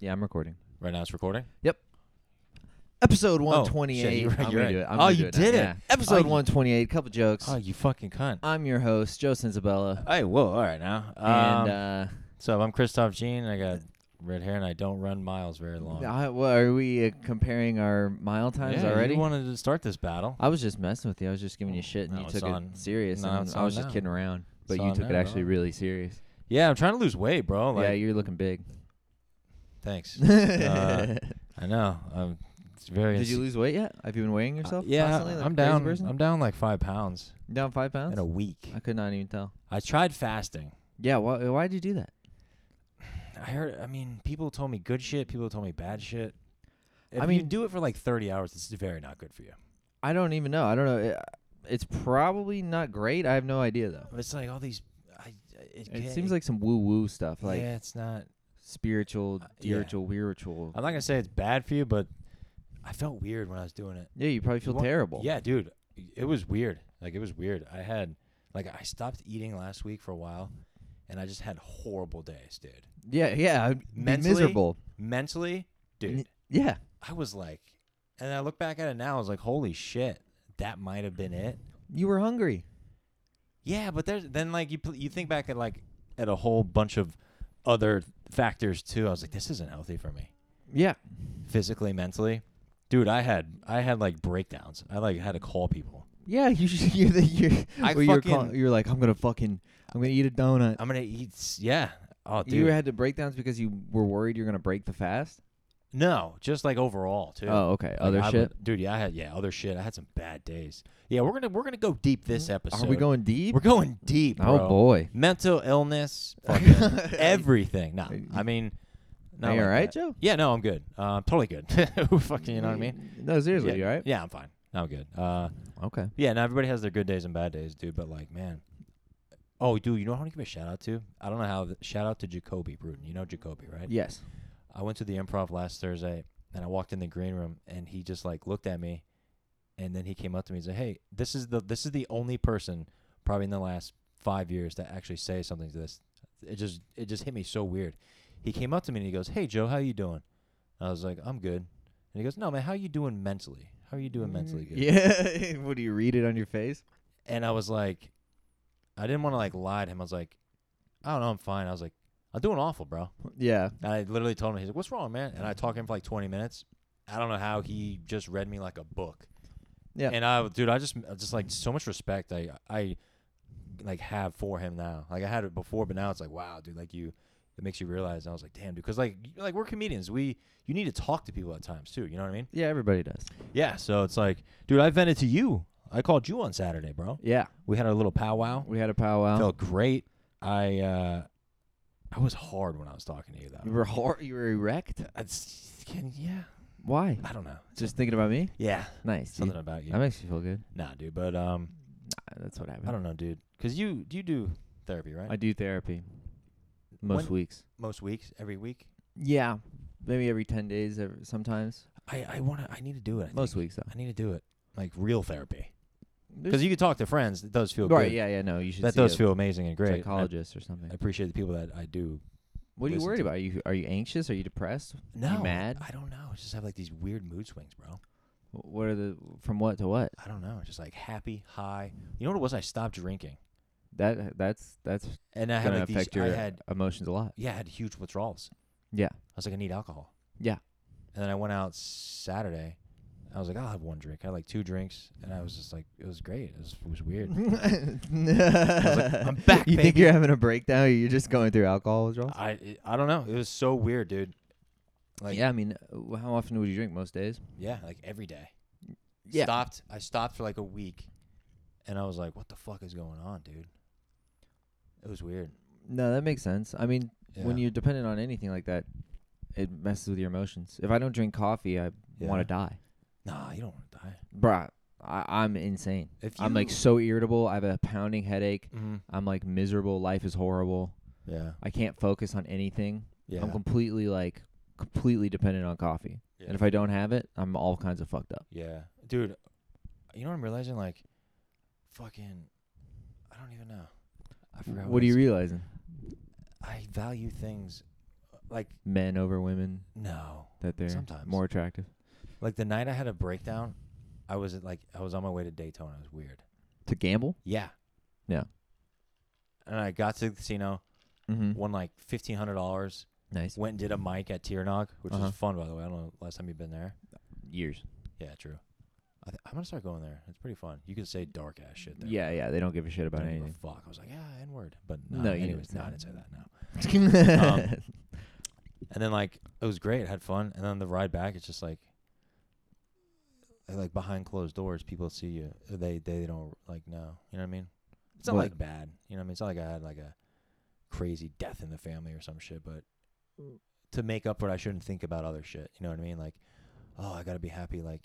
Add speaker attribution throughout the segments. Speaker 1: Yeah, I'm recording.
Speaker 2: Right now it's recording.
Speaker 1: Episode
Speaker 2: Oh, shit,
Speaker 1: 128.
Speaker 2: you're right,
Speaker 1: I'm
Speaker 2: you're
Speaker 1: gonna
Speaker 2: right.
Speaker 1: do it. I'm
Speaker 2: Oh,
Speaker 1: gonna
Speaker 2: you
Speaker 1: do it now.
Speaker 2: did it. Oh,
Speaker 1: Yeah. Episode
Speaker 2: you-
Speaker 1: 128. Couple jokes.
Speaker 2: Oh, you fucking cunt.
Speaker 1: I'm your host, Joe Sensabella,
Speaker 2: Hey, whoa, all right now. Um,
Speaker 1: and uh,
Speaker 2: so I'm Christoph Jean. I got red hair and I don't run miles very long.
Speaker 1: I, well, are we uh, comparing our mile times
Speaker 2: Yeah,
Speaker 1: already?
Speaker 2: You wanted to start this battle.
Speaker 1: I was just messing with you. I was just giving you shit, and
Speaker 2: No,
Speaker 1: you
Speaker 2: it's
Speaker 1: took
Speaker 2: on-
Speaker 1: it serious.
Speaker 2: no,
Speaker 1: and
Speaker 2: it's
Speaker 1: I was
Speaker 2: on
Speaker 1: just
Speaker 2: now.
Speaker 1: kidding around, but
Speaker 2: It's
Speaker 1: you
Speaker 2: on
Speaker 1: took it
Speaker 2: now,
Speaker 1: actually
Speaker 2: bro.
Speaker 1: really serious.
Speaker 2: Yeah, I'm trying to lose weight, bro. Like,
Speaker 1: yeah, you're looking big.
Speaker 2: thanks. Uh,
Speaker 1: Did
Speaker 2: I know. Um, it's very.
Speaker 1: you
Speaker 2: ins-
Speaker 1: lose weight yet? Have you been weighing
Speaker 2: Uh,
Speaker 1: yourself?
Speaker 2: yeah,
Speaker 1: constantly, like
Speaker 2: I'm
Speaker 1: a crazy
Speaker 2: down.
Speaker 1: person?
Speaker 2: I'm down like five pounds
Speaker 1: down five pounds.
Speaker 2: in a week.
Speaker 1: I could not even tell.
Speaker 2: I tried fasting.
Speaker 1: Yeah, why? Why did you do that?
Speaker 2: I heard. I mean, people told me good shit. People told me bad shit. If
Speaker 1: I
Speaker 2: you
Speaker 1: mean-
Speaker 2: do it for like 30 hours, it's very not good for you.
Speaker 1: I don't even know. I don't know. It, it's probably not great. I have no idea though.
Speaker 2: It's like all these. I, it,
Speaker 1: It
Speaker 2: can't- e
Speaker 1: seems like some woo woo stuff, like
Speaker 2: yeah, it's not.
Speaker 1: spiritual,
Speaker 2: Uh, yeah. Uh,
Speaker 1: spiritual, spiritual.
Speaker 2: I'm not gonna say it's bad for you, but I felt weird when I was doing it.
Speaker 1: Yeah, you probably feel
Speaker 2: What-
Speaker 1: terrible.
Speaker 2: Yeah, dude, it was weird. Like it was weird. I had like I stopped eating last week for a while, and I just had horrible days, dude.
Speaker 1: yeah, yeah. I'd be
Speaker 2: Mentally,
Speaker 1: miserable.
Speaker 2: Mentally, dude,
Speaker 1: N- Yeah,
Speaker 2: I was like, and I look back at it now, I was like, holy shit, that might have been it.
Speaker 1: you were hungry.
Speaker 2: Yeah, but there's then like you pl- you think back at like at a whole bunch of other factors too. I was like, this isn't healthy for me.
Speaker 1: Yeah,
Speaker 2: physically, mentally. Dude, I had I had like breakdowns. I like had to call people.
Speaker 1: yeah. You should, you're the you're.
Speaker 2: I
Speaker 1: well, you're,
Speaker 2: fucking-
Speaker 1: call- you're like I'm gonna fucking I'm gonna eat a donut.
Speaker 2: I'm gonna eat. s- Yeah. Oh, dude.
Speaker 1: you had to breakdowns because you were worried you're gonna break the fast. no,
Speaker 2: no, just like overall too.
Speaker 1: Oh, okay.
Speaker 2: Like,
Speaker 1: Other
Speaker 2: I
Speaker 1: shit.
Speaker 2: would- dude. Yeah, I had yeah other shit. I had some bad days. Yeah, we're gonna we're gonna go deep this episode.
Speaker 1: Are we going deep?
Speaker 2: We're going deep.
Speaker 1: Oh
Speaker 2: bro.
Speaker 1: boy.
Speaker 2: Mental illness. Fucking everything. Nah, I mean. Not
Speaker 1: Are you
Speaker 2: like
Speaker 1: all right,
Speaker 2: that.
Speaker 1: Joe?
Speaker 2: Yeah, no, I'm good. Uh, totally good. fucking, you know what I mean?
Speaker 1: No, seriously,
Speaker 2: yeah,
Speaker 1: you all right?
Speaker 2: Yeah, I'm fine. I'm good. Uh,
Speaker 1: Okay.
Speaker 2: Yeah, now everybody has their good days and bad days, dude. But like, man, oh, dude, you know who I want to give a shout out to? I don't know how. th- shout out to Jacoby Bruton. You know Jacoby, right?
Speaker 1: Yes.
Speaker 2: I went to the improv last Thursday, and I walked in the green room, and he just like looked at me, and then he came up to me and said, "Hey, this is the this is the only person probably in the last five years that actually say something to this." It just it just hit me so weird. He came up to me and he goes, "Hey, Joe, how you doing?" I was like, "I'm good," and he goes, "No, man, how you doing mentally? How are you doing
Speaker 1: Mm.
Speaker 2: mentally?" Good?
Speaker 1: Yeah. what do you read it on your face?
Speaker 2: and I was like, I didn't want to like lie to him. I was like, I don't know, I'm fine. I was like, I'm doing awful, bro.
Speaker 1: Yeah.
Speaker 2: And I literally told him, he's like, what's wrong, man? And I talked to him for like 20 minutes. I don't know how he just read me like a book.
Speaker 1: Yeah.
Speaker 2: And I, dude, I just, I just like so much respect I, I, like have for him now. Like I had it before, but now it's like, wow, dude, like you, it makes you realize. And I was like, damn, dude, because like, y- like we're comedians, we, you need to talk to people at times too. You know what I mean?
Speaker 1: Yeah, everybody does.
Speaker 2: Yeah. So it's like, dude, I vented to you. I called you on Saturday, bro.
Speaker 1: Yeah.
Speaker 2: We had our little powwow.
Speaker 1: We had a powwow.
Speaker 2: Felt great. I uh, I was hard when I was talking to you
Speaker 1: you
Speaker 2: though.
Speaker 1: were hor- you were erect?
Speaker 2: I just can- yeah,
Speaker 1: Why?
Speaker 2: I don't know.
Speaker 1: Just thinking about me?
Speaker 2: Yeah,
Speaker 1: Nice. dude.
Speaker 2: something about you.
Speaker 1: That makes me feel good.
Speaker 2: nah, dude. But um,
Speaker 1: Nah, that's what happened.
Speaker 2: I don't know, dude. Cause you you do therapy right?
Speaker 1: I do therapy most
Speaker 2: When-
Speaker 1: weeks.
Speaker 2: Most weeks, every week.
Speaker 1: Yeah. Maybe every 10 days ev- sometimes.
Speaker 2: I I want to. I need to do it. I
Speaker 1: most
Speaker 2: think.
Speaker 1: weeks though.
Speaker 2: I need to do it like real therapy. Cause
Speaker 1: There's-
Speaker 2: you can talk to friends. It does feel
Speaker 1: Right,
Speaker 2: good.
Speaker 1: yeah, yeah, no, you should
Speaker 2: That
Speaker 1: see
Speaker 2: does
Speaker 1: a
Speaker 2: feel amazing and great. I,
Speaker 1: psychologist or something.
Speaker 2: I appreciate the people that I do.
Speaker 1: what are you
Speaker 2: listen
Speaker 1: worried
Speaker 2: to-
Speaker 1: about? Are you are you anxious? Are you depressed?
Speaker 2: No,
Speaker 1: mad?
Speaker 2: I don't know. I just have like these weird mood swings, bro.
Speaker 1: Wh- What are the from what to what?
Speaker 2: I don't know, just like happy, high. You know what it was? I stopped drinking,
Speaker 1: That that's that's
Speaker 2: and I had
Speaker 1: going
Speaker 2: like
Speaker 1: to
Speaker 2: these.
Speaker 1: affect your
Speaker 2: I had
Speaker 1: emotions a lot.
Speaker 2: yeah, I had huge withdrawals.
Speaker 1: Yeah.
Speaker 2: I was like, I need alcohol.
Speaker 1: Yeah.
Speaker 2: And then I went out Saturday. I was like, I'll have one drink. I had like two drinks, and I was just like, it was great. It was, it was weird.
Speaker 1: I'm
Speaker 2: back,
Speaker 1: You think
Speaker 2: baby. Uh,
Speaker 1: you're having a breakdown? Or you're just going through alcohol withdrawal?
Speaker 2: I it- I don't know. It was so weird, dude. Like
Speaker 1: yeah, I mean, uh, how often would you drink? Most days.
Speaker 2: yeah, like every day.
Speaker 1: Yeah.
Speaker 2: Stopped. I stopped for like a week, and I was like, what the fuck is going on, dude? It was weird.
Speaker 1: No, that makes sense. I mean, when
Speaker 2: Yeah.
Speaker 1: you're dependent on anything like that, it messes with your emotions. If I don't drink coffee, I want
Speaker 2: Yeah.
Speaker 1: to die,
Speaker 2: nah, you don't want to die.
Speaker 1: bruh. I, I'm insane.
Speaker 2: If
Speaker 1: I'm like
Speaker 2: you-
Speaker 1: so irritable. I have a pounding headache.
Speaker 2: Mhm.
Speaker 1: I'm like miserable. Life is horrible.
Speaker 2: yeah,
Speaker 1: I can't focus on anything.
Speaker 2: yeah.
Speaker 1: I'm completely like completely dependent on coffee.
Speaker 2: Yeah.
Speaker 1: And if I don't have it, I'm all kinds of fucked up.
Speaker 2: Yeah, dude. You know what I'm realizing? Like, fucking, I don't even know. I forgot.
Speaker 1: What are you
Speaker 2: it's-
Speaker 1: realizing?
Speaker 2: I value things uh, like
Speaker 1: men over women
Speaker 2: no,
Speaker 1: that they're
Speaker 2: Sometimes.
Speaker 1: more attractive.
Speaker 2: like the night I had a breakdown, I was at, like I was on my way to Daytona. It was weird.
Speaker 1: To gamble?
Speaker 2: Yeah.
Speaker 1: Yeah.
Speaker 2: And I got to the casino,
Speaker 1: Mm-hmm.
Speaker 2: won like fifteen hundred dollars.
Speaker 1: Nice.
Speaker 2: Went and did a mic at Tiernog, which
Speaker 1: Uh-huh.
Speaker 2: is fun by the way. I don't know last time you've been there.
Speaker 1: Years.
Speaker 2: Yeah, true. I th- I'm gonna start going there. It's pretty fun. You could say dark ass shit there.
Speaker 1: Yeah, yeah. They don't give a shit
Speaker 2: Don't
Speaker 1: about
Speaker 2: give a
Speaker 1: anything.
Speaker 2: fuck. I was like, yeah, N word. But no,
Speaker 1: No, you
Speaker 2: anyways,
Speaker 1: didn't.
Speaker 2: no, I didn't say that. No.
Speaker 1: um,
Speaker 2: And then like it was great. I had fun. And then the ride back, it's just like, uh, like behind closed doors, people see you. Uh, They they don't like know. You know what I mean? It's not
Speaker 1: What?
Speaker 2: like bad. You know what I mean? It's not like I had like a crazy death in the family or some shit. But to make up for it, I shouldn't think about other shit. You know what I mean? Like, oh, I gotta be happy. Like,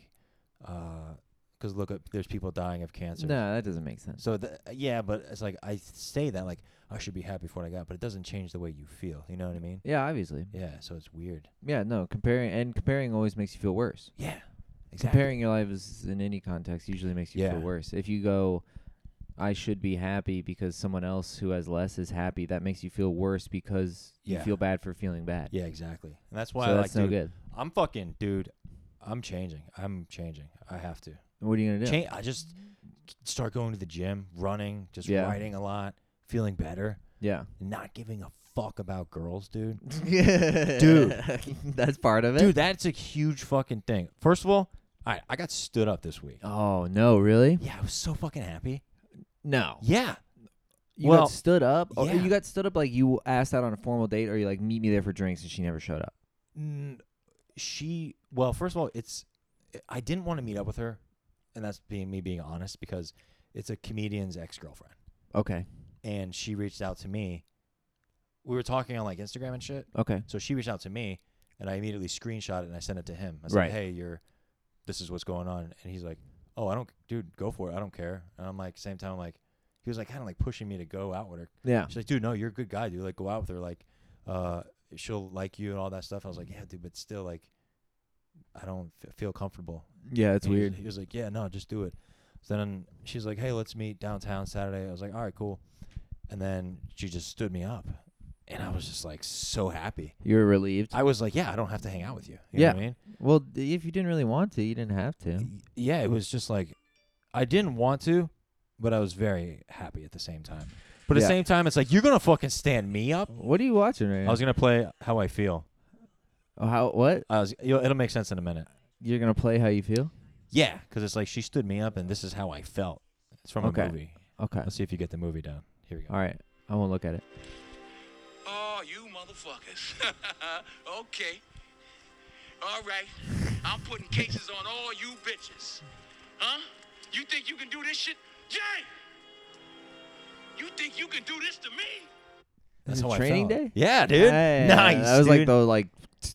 Speaker 2: uh 'cause look, at, there's people dying of cancer.
Speaker 1: no, that doesn't make sense.
Speaker 2: So th- yeah, but it's like I say that like I should be happy for what I got, but it doesn't change the way you feel. You know what I mean?
Speaker 1: Yeah, obviously.
Speaker 2: Yeah. So it's weird.
Speaker 1: Yeah, no. Comparing and comparing always makes you feel worse.
Speaker 2: Yeah.
Speaker 1: Comparing your life is in any context usually makes you
Speaker 2: Yeah.
Speaker 1: feel worse. If you go, I should be happy because someone else who has less is happy, that makes you feel worse because
Speaker 2: Yeah.
Speaker 1: you feel bad for feeling bad.
Speaker 2: Yeah, exactly. And that's why
Speaker 1: so
Speaker 2: I
Speaker 1: that's
Speaker 2: like,
Speaker 1: no
Speaker 2: dude,
Speaker 1: good.
Speaker 2: I'm fucking, dude. I'm changing. I'm changing. I have to.
Speaker 1: What are you gonna do?
Speaker 2: Change. I just start going to the gym, running, just
Speaker 1: Yeah.
Speaker 2: riding a lot, feeling better,
Speaker 1: Yeah,
Speaker 2: not giving a fuck about girls, dude.
Speaker 1: dude, that's part of it.
Speaker 2: Dude, that's a huge fucking thing. First of all, I I got stood up this week.
Speaker 1: Oh no, really? Oh.
Speaker 2: Yeah, I was so fucking happy.
Speaker 1: No.
Speaker 2: Yeah.
Speaker 1: You
Speaker 2: Well,
Speaker 1: got stood up. Or
Speaker 2: yeah.
Speaker 1: You got stood up like you asked out on a formal date, or you like meet me there for drinks, and she never showed up.
Speaker 2: N- she well first of all it's i didn't want to meet up with her and that's being me being honest because it's a comedian's ex-girlfriend
Speaker 1: Okay.
Speaker 2: and she reached out to me we were talking on like instagram and shit
Speaker 1: Okay.
Speaker 2: so she reached out to me and i immediately screenshot it and i sent it to him i said
Speaker 1: Right.
Speaker 2: hey you're this is what's going on and he's like oh i don't dude go for it i don't care and i'm like same time I'm like he was like kind of like pushing me to go out with her
Speaker 1: Yeah.
Speaker 2: She's like, dude, no, you're a good guy, dude. Like, go out with her. Like, uh, she'll like you and all that stuff. I was like, yeah, dude, but still, like, I don't f- feel comfortable.
Speaker 1: Yeah, it's
Speaker 2: And he was-
Speaker 1: weird.
Speaker 2: He was like, yeah, no, just do it. So then she's like, hey, let's meet downtown Saturday. I was like, all right, cool. And then she just stood me up, and I was just like so happy.
Speaker 1: You were relieved.
Speaker 2: I was like, yeah, I don't have to hang out with you. You know what I mean?
Speaker 1: Well, d- if you didn't really want to, you didn't have to.
Speaker 2: Y- yeah, it was just like I didn't want to, but I was very happy at the same time. But at the
Speaker 1: Yeah.
Speaker 2: same time, it's like you're gonna fucking stand me up.
Speaker 1: What are you watching right
Speaker 2: I
Speaker 1: now?
Speaker 2: was gonna play how I feel.
Speaker 1: oh, how? What?
Speaker 2: I was, you'll, it'll make sense in a minute.
Speaker 1: You're gonna play how you feel?
Speaker 2: Yeah, 'cause it's like she stood me up, and this is how I felt. It's from
Speaker 1: Okay.
Speaker 2: a movie.
Speaker 1: Okay.
Speaker 2: Let's see if you get the movie down. Here we go.
Speaker 1: All right. I won't look at it.
Speaker 3: Oh, you motherfuckers. okay. All right. I'm putting cases on all you bitches. Huh? You think you can do this shit? Jay! You think you can do this to me?
Speaker 2: That's
Speaker 1: Is it
Speaker 2: how I
Speaker 1: Training
Speaker 2: felt.
Speaker 1: Day?
Speaker 2: Yeah, dude.
Speaker 1: Hey,
Speaker 2: nice.
Speaker 1: That was like
Speaker 2: dude.
Speaker 1: the like t-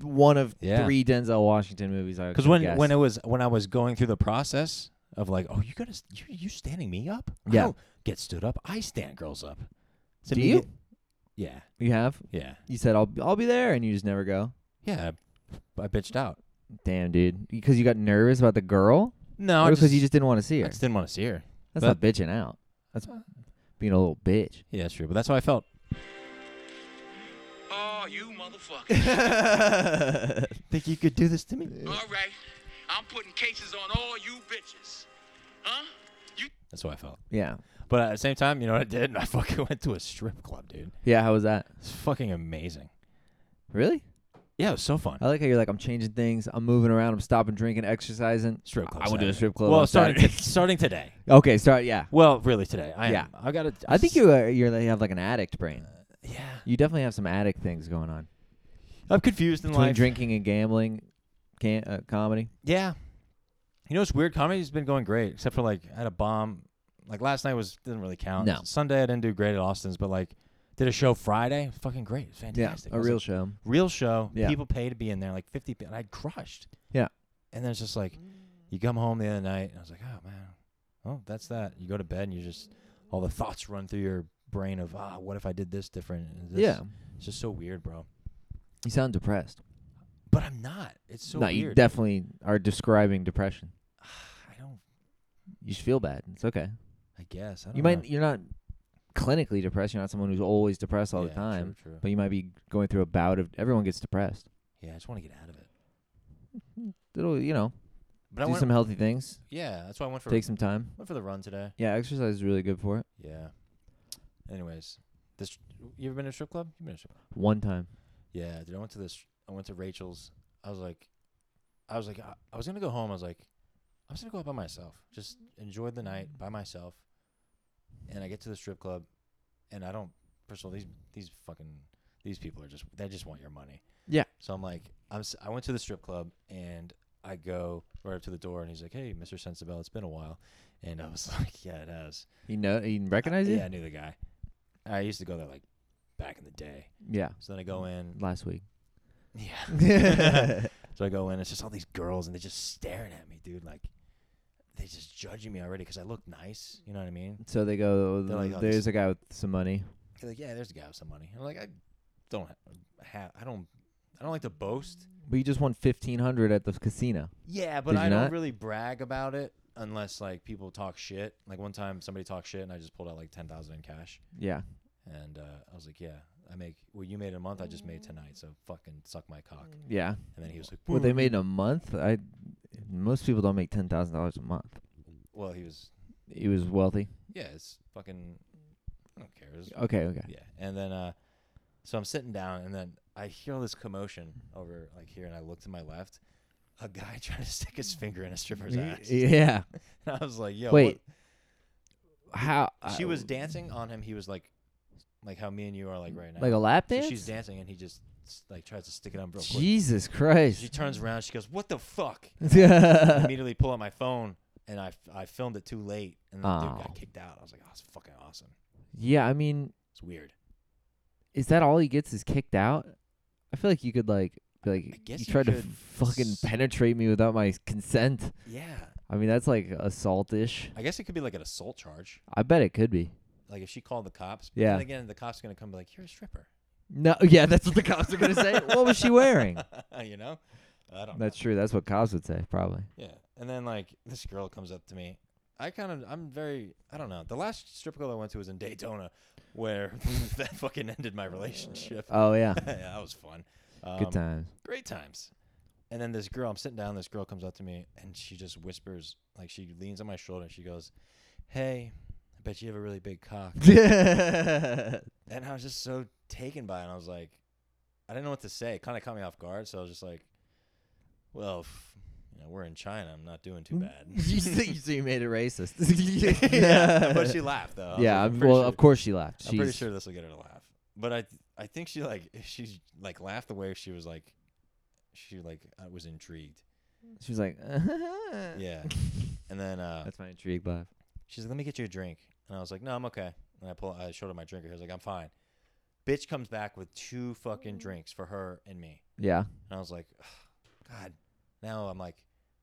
Speaker 1: one of
Speaker 2: Yeah.
Speaker 1: three Denzel Washington movies I.
Speaker 2: Because when when it was when I was going through the process of like, oh, you gotta s- you you standing me up? I
Speaker 1: Yeah.
Speaker 2: don't get stood up. I stand girls up. It's
Speaker 1: Do
Speaker 2: immediate-
Speaker 1: you?
Speaker 2: Yeah.
Speaker 1: you have
Speaker 2: Yeah.
Speaker 1: you said I'll I'll be there and you just never go.
Speaker 2: Yeah. I, I bitched out.
Speaker 1: Damn, dude. Because you got nervous about the girl,
Speaker 2: No,
Speaker 1: or
Speaker 2: I
Speaker 1: because
Speaker 2: just,
Speaker 1: you just didn't want to see
Speaker 2: I
Speaker 1: her.
Speaker 2: just didn't want to see her.
Speaker 1: That's not bitching out. That's being a little bitch.
Speaker 2: Yeah, that's true. But that's how I felt.
Speaker 3: Oh, you motherfuckers.
Speaker 2: Think you could do this to me?
Speaker 3: all right. I'm putting cases on all you bitches. Huh? You
Speaker 2: That's how I felt.
Speaker 1: Yeah.
Speaker 2: But at the same time, you know what I did? I fucking went to a strip club, dude.
Speaker 1: Yeah. How was that?
Speaker 2: It's fucking amazing.
Speaker 1: Really?
Speaker 2: Yeah, it was so fun.
Speaker 1: I like how you're like I'm changing things. I'm moving around. I'm stopping drinking, exercising.
Speaker 2: Strip club.
Speaker 1: I went to a
Speaker 2: Saturday.
Speaker 1: strip club
Speaker 2: Well,
Speaker 1: on
Speaker 2: starting
Speaker 1: Saturday.
Speaker 2: starting today.
Speaker 1: Okay. Start. Yeah.
Speaker 2: Well, really today. I am.
Speaker 1: Yeah.
Speaker 2: I got to.
Speaker 1: I think you uh, you're, you have like an addict brain.
Speaker 2: Yeah.
Speaker 1: You definitely have some addict things going on
Speaker 2: I'm confused in
Speaker 1: between
Speaker 2: life.
Speaker 1: drinking and gambling, can, uh, comedy.
Speaker 2: Yeah. You know, it's weird. Comedy's been going great, except for like I had a bomb. Like last night was didn't really count.
Speaker 1: No.
Speaker 2: Sunday I didn't do great at Austin's, but like did a show Friday. Fucking great. It was fantastic.
Speaker 1: a
Speaker 2: I was
Speaker 1: real
Speaker 2: like,
Speaker 1: show.
Speaker 2: real show.
Speaker 1: Yeah.
Speaker 2: People pay to be in there, like 50 people. And I crushed.
Speaker 1: Yeah.
Speaker 2: And then it's just like, you come home the other night, and I was like, oh, man. Oh, that's that. You go to bed, and you just, all the thoughts run through your brain of, ah, what if I did this different? And this,
Speaker 1: Yeah,
Speaker 2: It's just so weird, bro.
Speaker 1: you sound depressed.
Speaker 2: But I'm not. It's so
Speaker 1: no,
Speaker 2: weird.
Speaker 1: you definitely are describing depression.
Speaker 2: I don't,
Speaker 1: You should feel bad. It's okay.
Speaker 2: I guess. I don't
Speaker 1: You
Speaker 2: know.
Speaker 1: might you're not clinically depressed. You're not someone who's always depressed all
Speaker 2: Yeah,
Speaker 1: the
Speaker 2: true,
Speaker 1: time,
Speaker 2: true.
Speaker 1: but you might be going through a bout of. Everyone gets depressed.
Speaker 2: Yeah, I just want to get out of it.
Speaker 1: It'll you know
Speaker 2: But I
Speaker 1: do
Speaker 2: want.
Speaker 1: some healthy things.
Speaker 2: yeah, that's why I went for
Speaker 1: Take some time.
Speaker 2: went for the run today.
Speaker 1: Yeah, exercise is really good for it.
Speaker 2: Yeah. Anyways, this you ever been to a strip club? You been to a strip club?
Speaker 1: One time.
Speaker 2: Yeah, dude. I went to this. I went to Rachel's. I was like, I was like, I, I was gonna go home. I was like, I'm just gonna go out by myself. Just enjoy the night by myself. And I get to the strip club, and I don't. First of all, these these fucking these people are just they just want your money.
Speaker 1: Yeah.
Speaker 2: So I'm like, I'm s- I went to the strip club and I go right up to the door and he's like, Hey, Mr. Sensibel, it's been a while, and I was like, Yeah, it has.
Speaker 1: You know, you recognize
Speaker 2: I,
Speaker 1: it.
Speaker 2: Yeah, I knew the guy. I used to go there like back in the day.
Speaker 1: Yeah,
Speaker 2: So then I go in.
Speaker 1: last week.
Speaker 2: Yeah. so I go in. It's just all these girls, and they're just staring at me, dude. Like they're just judging me already because I look nice. You know what I mean?
Speaker 1: So they go.
Speaker 2: They're like, "Oh,
Speaker 1: there's
Speaker 2: this-
Speaker 1: a guy with some money.
Speaker 2: They're like, yeah, there's a guy with some money. I'm like, I don't have. I don't. I don't like to boast.
Speaker 1: But you just won fifteen hundred at the casino.
Speaker 2: Yeah, but
Speaker 1: Did
Speaker 2: I
Speaker 1: you
Speaker 2: don't
Speaker 1: not?
Speaker 2: really brag about it unless like people talk shit. Like one time somebody talked shit, and I just pulled out like ten thousand in cash.
Speaker 1: Yeah.
Speaker 2: And uh, I was like, yeah, I make well, you made in a month, I just made tonight, so fucking suck my cock.
Speaker 1: Yeah.
Speaker 2: And then he was like,
Speaker 1: What they made in a month? I. Most people don't make ten thousand dollars a month.
Speaker 2: well, he was,
Speaker 1: He was wealthy.
Speaker 2: yeah, it's fucking, I don't care. It's,
Speaker 1: Okay. Okay.
Speaker 2: yeah. And then, uh, so I'm sitting down, and then I hear all this commotion over like here, and I look to my left, a guy trying to stick his finger in a stripper's ass.
Speaker 1: Yeah.
Speaker 2: And I was like, yo,
Speaker 1: Wait.
Speaker 2: what-
Speaker 1: How? uh,
Speaker 2: She
Speaker 1: I-
Speaker 2: was dancing on him. He was like, like how me and you are like right now.
Speaker 1: like a lap
Speaker 2: So
Speaker 1: dance.
Speaker 2: she's dancing, and he just s- like tries to stick it on real quick.
Speaker 1: Jesus
Speaker 2: She
Speaker 1: Christ.
Speaker 2: turns around, she goes, what the fuck? I
Speaker 1: yeah.
Speaker 2: immediately pull out my phone and I, I filmed it too late and the dude
Speaker 1: Aw.
Speaker 2: got kicked out. I was like, oh, it's fucking awesome.
Speaker 1: I mean,
Speaker 2: It's weird.
Speaker 1: is that all he gets is kicked out? I feel like you could like be like
Speaker 2: I guess
Speaker 1: you
Speaker 2: you
Speaker 1: tried to
Speaker 2: could
Speaker 1: fucking
Speaker 2: s-
Speaker 1: penetrate me without my consent.
Speaker 2: Yeah.
Speaker 1: I mean, that's like assault-ish.
Speaker 2: I guess it could be like an assault charge.
Speaker 1: I bet it could be.
Speaker 2: Like if she called the cops. But
Speaker 1: Yeah.
Speaker 2: Then again, the cops are going to come be like, you're a stripper.
Speaker 1: No, yeah, that's what the cops are gonna say. what was she wearing?
Speaker 2: you know? I don't
Speaker 1: That's true. That's what cops would say, probably.
Speaker 2: know. Yeah. And then like this girl comes up to me. I kind of, I'm very, I don't know. The last strip club I went to was in Daytona where that fucking ended my relationship.
Speaker 1: Oh yeah,
Speaker 2: yeah, that was fun. Um,
Speaker 1: good times.
Speaker 2: great times. And then this girl, I'm sitting down, this girl comes up to me and she just whispers, like she leans on my shoulder and she goes, Hey, I bet you have a really big cock. and I was just so taken by it. And I was like, I didn't know what to say. It kind of caught me off guard. So I was just like, Well, f- you know, we're in China. I'm not doing
Speaker 1: Mm.
Speaker 2: too bad.
Speaker 1: you, see, so you made it racist.
Speaker 2: yeah, but she laughed though. I was
Speaker 1: yeah,
Speaker 2: like,
Speaker 1: I'm,
Speaker 2: pretty
Speaker 1: well,
Speaker 2: sure-
Speaker 1: of course she laughed.
Speaker 2: I'm pretty
Speaker 1: She's-
Speaker 2: sure this will get her to laugh. But I I think she like she like laughed the way she was like she like uh, was intrigued.
Speaker 1: She was like,
Speaker 2: Yeah. And then uh,
Speaker 1: That's my intrigue laugh.
Speaker 2: she's like, "Let me get you a drink," and I was like, "No, I'm okay." And I pull, I showed her my drink. and I was like, "I'm fine." Bitch comes back with two fucking drinks for her and me,
Speaker 1: Yeah.
Speaker 2: and I was like, "God." Now I'm like,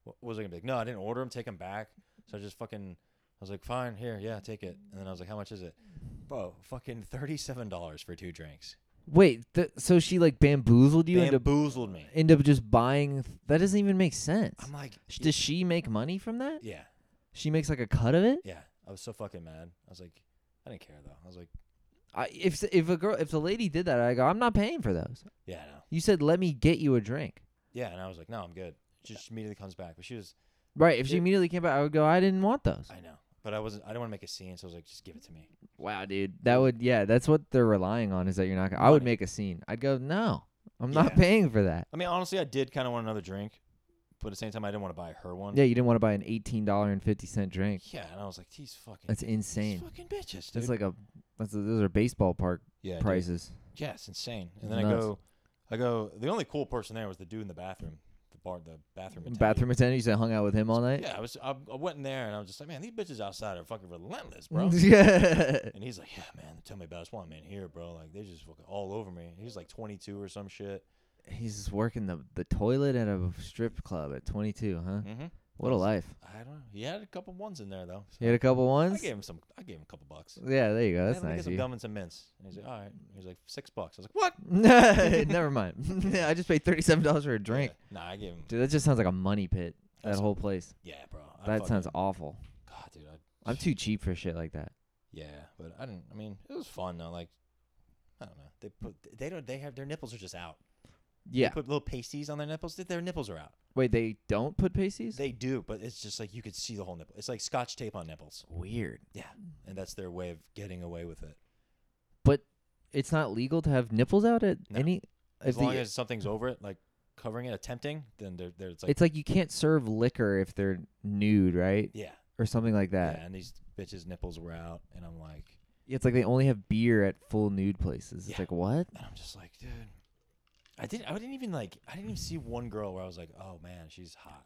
Speaker 2: what was I gonna be like? No, I didn't order them. Take them back. So I just fucking, I was like, "Fine, here, yeah, take it." And then I was like, "How much is it?" Bro, fucking thirty-seven dollars for two drinks.
Speaker 1: Wait, th- so she like bamboozled you into
Speaker 2: Bamboozled me.
Speaker 1: end up just buying. Th- that doesn't even make sense.
Speaker 2: I'm like,
Speaker 1: Sh- Does she make money from that?
Speaker 2: yeah,
Speaker 1: She makes like a cut of it.
Speaker 2: yeah. I was so fucking mad. I was like, I didn't care though. I was like,
Speaker 1: I, if s- if a girl if the lady did that, I go, I'm not paying for those.
Speaker 2: yeah, no.
Speaker 1: You said let me get you a drink,
Speaker 2: Yeah, and I was like, no, I'm good. She just immediately comes back, but she was,
Speaker 1: right? If she
Speaker 2: Yeah.
Speaker 1: immediately came back, I would go, I didn't want those.
Speaker 2: I know, but I wasn't. I didn't want to make a scene, so I was like, just give it to me.
Speaker 1: Wow, dude, that would yeah, that's what they're relying on is that you're not. gonna I would
Speaker 2: Money.
Speaker 1: make a scene. I'd go, no, I'm not
Speaker 2: Yeah.
Speaker 1: paying for that.
Speaker 2: I mean, honestly, I did kind of want another drink, but at the same time, I didn't want to buy her one.
Speaker 1: Yeah, you didn't want to buy an eighteen dollar and fifty cent drink.
Speaker 2: Yeah, and I was like, these fucking,
Speaker 1: That's
Speaker 2: these
Speaker 1: insane.
Speaker 2: fucking bitches, dude.
Speaker 1: That's like a that's a, those are baseball park
Speaker 2: yeah, dude.
Speaker 1: prices.
Speaker 2: Yeah, it's insane.
Speaker 1: It's
Speaker 2: And then I
Speaker 1: nuts.
Speaker 2: go, I go. The only cool person there was the dude in the bathroom, the bar, the bathroom. attendant.
Speaker 1: Bathroom attendant, you said hung out with him all night.
Speaker 2: Yeah, I was. I, I went in there and I was just like, man, these bitches outside are fucking relentless, bro.
Speaker 1: yeah.
Speaker 2: And he's like, yeah, man, tell me about this one man here, bro. Like, they just fucking all over me. He was like 22 or some shit.
Speaker 1: He's just working the the toilet at a strip club at 22, huh?
Speaker 2: Mm-hmm.
Speaker 1: What a life.
Speaker 2: I don't know. He had a couple ones in there though. so
Speaker 1: You had a couple
Speaker 2: I
Speaker 1: ones.
Speaker 2: gave him some. I gave him a couple bucks.
Speaker 1: Yeah, there you go.
Speaker 2: Hey,
Speaker 1: That's
Speaker 2: let me
Speaker 1: nice.
Speaker 2: Get
Speaker 1: of
Speaker 2: some
Speaker 1: you.
Speaker 2: gum and some mints. And he's like, all right. He was like, six bucks. I was like, what?
Speaker 1: Never mind. I just paid thirty-seven dollars for a drink.
Speaker 2: Yeah. Nah, I gave him.
Speaker 1: Dude, that just sounds like a money pit. That
Speaker 2: That's-
Speaker 1: whole place.
Speaker 2: Yeah, bro. I
Speaker 1: That sounds
Speaker 2: fucking-
Speaker 1: awful.
Speaker 2: God, dude. I,
Speaker 1: I'm too cheap for shit like that.
Speaker 2: Yeah, but I didn't. I mean, it was fun though. Like, I don't know. They put they don't they have their nipples are just out.
Speaker 1: Yeah.
Speaker 2: They put little pasties on their nipples. Their nipples are out.
Speaker 1: Wait, they don't put pasties?
Speaker 2: They do, but it's just like you could see the whole nipple. It's like scotch tape on nipples.
Speaker 1: Weird.
Speaker 2: Yeah, and that's their way of getting away with it.
Speaker 1: But it's not legal to have nipples out at
Speaker 2: No.
Speaker 1: any. if
Speaker 2: As
Speaker 1: the-
Speaker 2: long as something's over it, like covering it, attempting, then they're, they're it's like
Speaker 1: it's like you can't serve liquor if they're nude, right?
Speaker 2: yeah,
Speaker 1: Or something like that.
Speaker 2: yeah. And these bitches' nipples were out, and I'm like,
Speaker 1: It's like they only have beer at full nude places. It's
Speaker 2: Yeah.
Speaker 1: like what?
Speaker 2: and I'm just like, dude, I didn't, I didn't even like, I didn't even see one girl where I was like, oh man, she's hot,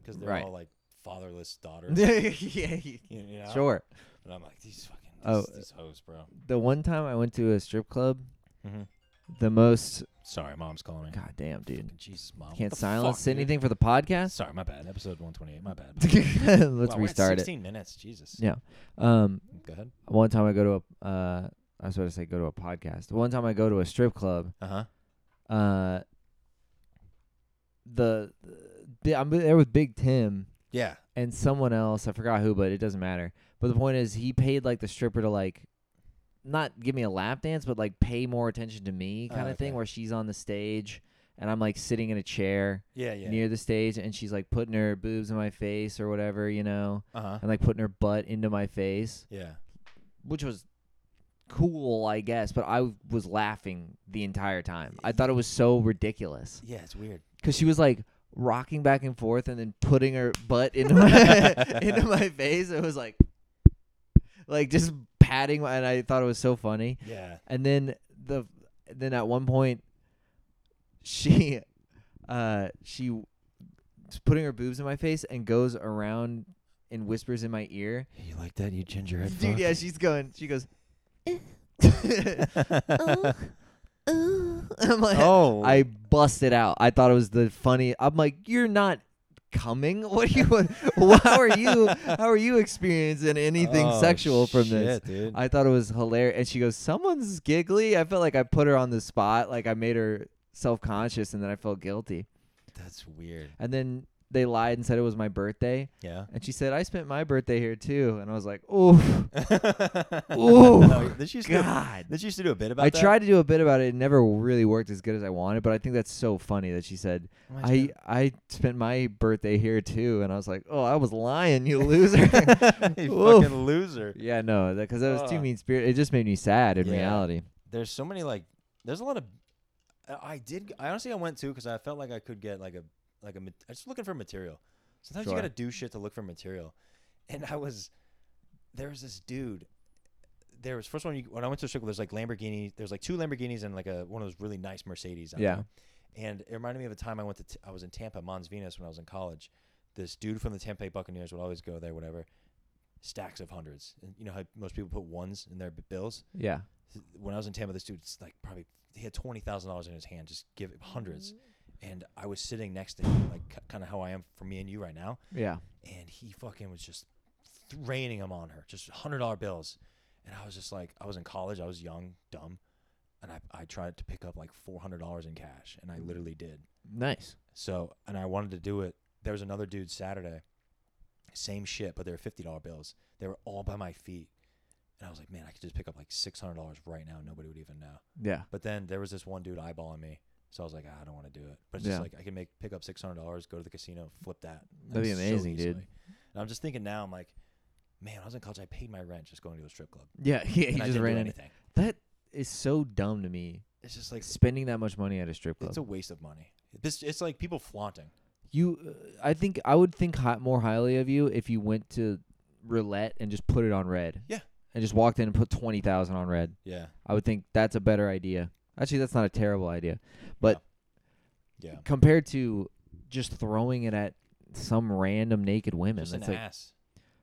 Speaker 2: because they're
Speaker 1: Right.
Speaker 2: all like fatherless daughters.
Speaker 1: yeah.
Speaker 2: you know?
Speaker 1: Sure.
Speaker 2: And I'm like, these fucking, these,
Speaker 1: Oh,
Speaker 2: these hoes, bro.
Speaker 1: The one time I went to a strip club,
Speaker 2: Mhm.
Speaker 1: the most
Speaker 2: Sorry, mom's calling me.
Speaker 1: Mm-hmm. God damn, dude.
Speaker 2: Fucking Jesus, mom. what
Speaker 1: Can't
Speaker 2: the
Speaker 1: silence
Speaker 2: fuck, dude?
Speaker 1: anything for the podcast.
Speaker 2: Sorry, my bad. Episode 128. My bad.
Speaker 1: Let's
Speaker 2: Wow, we're at
Speaker 1: restart it.
Speaker 2: 16 minutes. Jesus.
Speaker 1: Yeah. Um,
Speaker 2: Go ahead.
Speaker 1: one time I go to a uh, I was about to say go to a podcast. One time I go to a strip club.
Speaker 2: Uh huh.
Speaker 1: Uh, the, the I'm there with Big Tim
Speaker 2: Yeah.
Speaker 1: and someone else. I forgot who, but it doesn't matter. But the point is, he paid like the stripper to like not give me a lap dance, but like pay more attention to me
Speaker 2: Oh,
Speaker 1: kind of thing,
Speaker 2: okay.
Speaker 1: where she's on the stage and I'm like sitting in a chair
Speaker 2: Yeah. Yeah.
Speaker 1: near the stage, and she's like putting her boobs in my face or whatever, you know,
Speaker 2: Uh huh.
Speaker 1: and like putting her butt into my face
Speaker 2: Yeah.
Speaker 1: which was cool, I guess. But I was laughing the entire time. I thought it was so ridiculous
Speaker 2: Yeah. It's weird.
Speaker 1: because she was like rocking back and forth and then putting her butt into my into my face. It was like, like just patting, my, and I thought it was so funny.
Speaker 2: Yeah.
Speaker 1: And then the then at one point, she, uh, she, was putting her boobs in my face and goes around and whispers in my ear.
Speaker 2: You like that, you gingerhead
Speaker 1: Dude, yeah, she's going. She goes.
Speaker 2: fuck?
Speaker 1: I'm like,
Speaker 2: oh.
Speaker 1: I busted out. I thought it was the funny. I'm like, you're not coming. What do you? what- how are you? How are you experiencing anything
Speaker 2: Oh,
Speaker 1: sexual from this?
Speaker 2: shit, dude.
Speaker 1: I thought it was hilarious. And she goes, someone's giggly. I felt like I put her on the spot. Like I made her self conscious, and then I felt guilty.
Speaker 2: That's weird.
Speaker 1: And then they lied and said it was my birthday.
Speaker 2: Yeah.
Speaker 1: And she said, I spent my birthday here too. And I was like, oh.
Speaker 2: No, this used
Speaker 1: God.
Speaker 2: To, this used to do a bit about
Speaker 1: I
Speaker 2: that.
Speaker 1: tried to do a bit about it. It never really worked as good as I wanted, but I think that's so funny that she said,
Speaker 2: Might
Speaker 1: "I I spent my birthday here too," and I was like, "Oh, I was lying, you loser."
Speaker 2: you
Speaker 1: Oof.
Speaker 2: fucking loser.
Speaker 1: yeah, no, because that, was too
Speaker 2: Ugh.
Speaker 1: mean spirited. It just made me sad in
Speaker 2: Yeah.
Speaker 1: reality.
Speaker 2: There's so many like. There's a lot of. I I did. I honestly I went to because I felt like I could get like a like a. mat- I was looking for material. Sometimes
Speaker 1: Sure.
Speaker 2: you gotta do shit to look for material, and I was. There was this dude. There was first one you, when I went to the circle. There's like Lamborghini. There's like two Lamborghinis and like a one of those really nice Mercedes. Out
Speaker 1: Yeah.
Speaker 2: there. And it reminded me of a time I went to. T- I was in Tampa, Mons Venus, when I was in college. This dude from the Tampa Bay Buccaneers would always go there, whatever. Stacks of hundreds. And you know how most people put ones in their b- bills
Speaker 1: Yeah,
Speaker 2: when I was in Tampa, this dude's like probably he had twenty thousand dollars in his hand, just give it hundreds. And I was sitting next to him, like kind of how I am for me and you right now.
Speaker 1: yeah.
Speaker 2: And he fucking was just raining them on her, just hundred dollar bills. And I was just like, I was in college, I was young, dumb, and I, I tried to pick up like four hundred dollars in cash, and I literally did.
Speaker 1: Nice.
Speaker 2: So, and I wanted to do it. There was another dude Saturday, same shit, but they were fifty dollar bills. They were all by my feet, and I was like, man, I could just pick up like six hundred dollars right now. Nobody would even know.
Speaker 1: Yeah,
Speaker 2: But then there was this one dude eyeballing me, so I was like, "Ah, I don't want to do it. But it's
Speaker 1: Yeah.
Speaker 2: just like I can make pick up six hundred dollars, go to the casino, flip that.
Speaker 1: That'd be
Speaker 2: like, so
Speaker 1: amazing, dude.
Speaker 2: easily. And I'm just thinking now, I'm like, man, when I was in college, I paid my rent just going to a strip club.
Speaker 1: yeah, yeah. He
Speaker 2: and I
Speaker 1: just
Speaker 2: didn't do
Speaker 1: ran in.
Speaker 2: anything.
Speaker 1: That is so dumb to me.
Speaker 2: It's just like
Speaker 1: Spending that much money at a strip club.
Speaker 2: it's a waste of money. This it's like people flaunting.
Speaker 1: you, uh, I think I would think hi- more highly of you if you went to roulette and just put it on red.
Speaker 2: Yeah.
Speaker 1: And just walked in and put twenty thousand on red.
Speaker 2: Yeah,
Speaker 1: I would think that's a better idea. Actually, that's not a terrible idea. But
Speaker 2: yeah.
Speaker 1: compared to just throwing it at some random naked women,
Speaker 2: Just an
Speaker 1: it's like
Speaker 2: ass.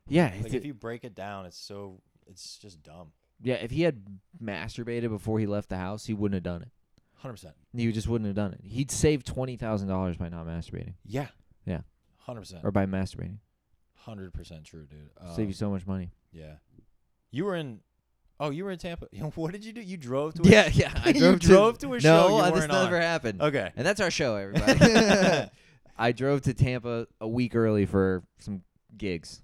Speaker 1: yeah,
Speaker 2: Like
Speaker 1: it's-
Speaker 2: if you break it down, it's so it's just dumb.
Speaker 1: yeah. If he had masturbated before he left the house, he wouldn't have done it.
Speaker 2: Hundred percent.
Speaker 1: He just wouldn't have done it. He'd save twenty thousand dollars by not masturbating
Speaker 2: Yeah.
Speaker 1: Yeah.
Speaker 2: Hundred percent.
Speaker 1: or by masturbating.
Speaker 2: Hundred percent true, dude.
Speaker 1: save
Speaker 2: Um,
Speaker 1: you so much money.
Speaker 2: Yeah. You were in. Oh, you were in Tampa. What did you do? You drove to. A,
Speaker 1: Yeah, yeah. I
Speaker 2: You
Speaker 1: drove to,
Speaker 2: drove to a
Speaker 1: no,
Speaker 2: show you
Speaker 1: uh, this
Speaker 2: weren't
Speaker 1: never
Speaker 2: on.
Speaker 1: happened.
Speaker 2: Okay.
Speaker 1: And that's our show, everybody. I drove to Tampa a week early for some gigs.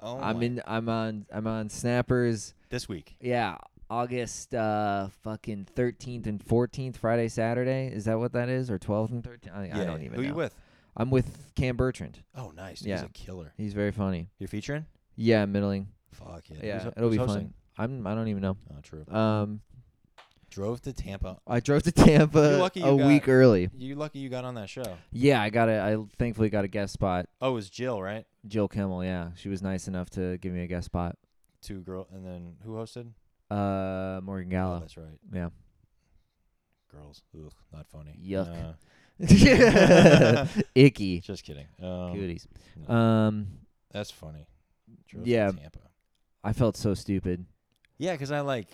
Speaker 2: Oh
Speaker 1: I'm
Speaker 2: my-
Speaker 1: in. I'm on. I'm on Snappers.
Speaker 2: this week.
Speaker 1: Yeah, August uh fucking 13th and 14th, Friday, Saturday. Is that what that is? Or 12th and 13th? I, I don't even
Speaker 2: Who
Speaker 1: know.
Speaker 2: you with?
Speaker 1: I'm with Cam Bertrand.
Speaker 2: Oh, nice.
Speaker 1: Yeah.
Speaker 2: He's a killer.
Speaker 1: He's very funny.
Speaker 2: You're featuring?
Speaker 1: Yeah, middling.
Speaker 2: Fuck yeah.
Speaker 1: Yeah,
Speaker 2: Who's ho-
Speaker 1: it'll
Speaker 2: who's
Speaker 1: be
Speaker 2: hosting?
Speaker 1: fun. I'm I don't even know.
Speaker 2: Oh, true.
Speaker 1: Um
Speaker 2: Drove to Tampa.
Speaker 1: I drove to Tampa
Speaker 2: You're lucky you
Speaker 1: a
Speaker 2: got-
Speaker 1: week early.
Speaker 2: You lucky you got on that show.
Speaker 1: Yeah, I got a I thankfully got a guest spot.
Speaker 2: Oh, it was Jill, right?
Speaker 1: Jill Kimmel, yeah. She was nice enough to give me a guest spot.
Speaker 2: Two girl, and then who hosted?
Speaker 1: Uh Morgan
Speaker 2: Oh,
Speaker 1: Gallo.
Speaker 2: that's right.
Speaker 1: Yeah.
Speaker 2: Girls. Ugh, not funny.
Speaker 1: Yuck.
Speaker 2: Nah,
Speaker 1: Icky.
Speaker 2: just kidding. Um,
Speaker 1: Cooties.
Speaker 2: no,
Speaker 1: Um
Speaker 2: that's funny. Drove
Speaker 1: yeah.
Speaker 2: To Tampa.
Speaker 1: I felt so stupid.
Speaker 2: Yeah, because I like.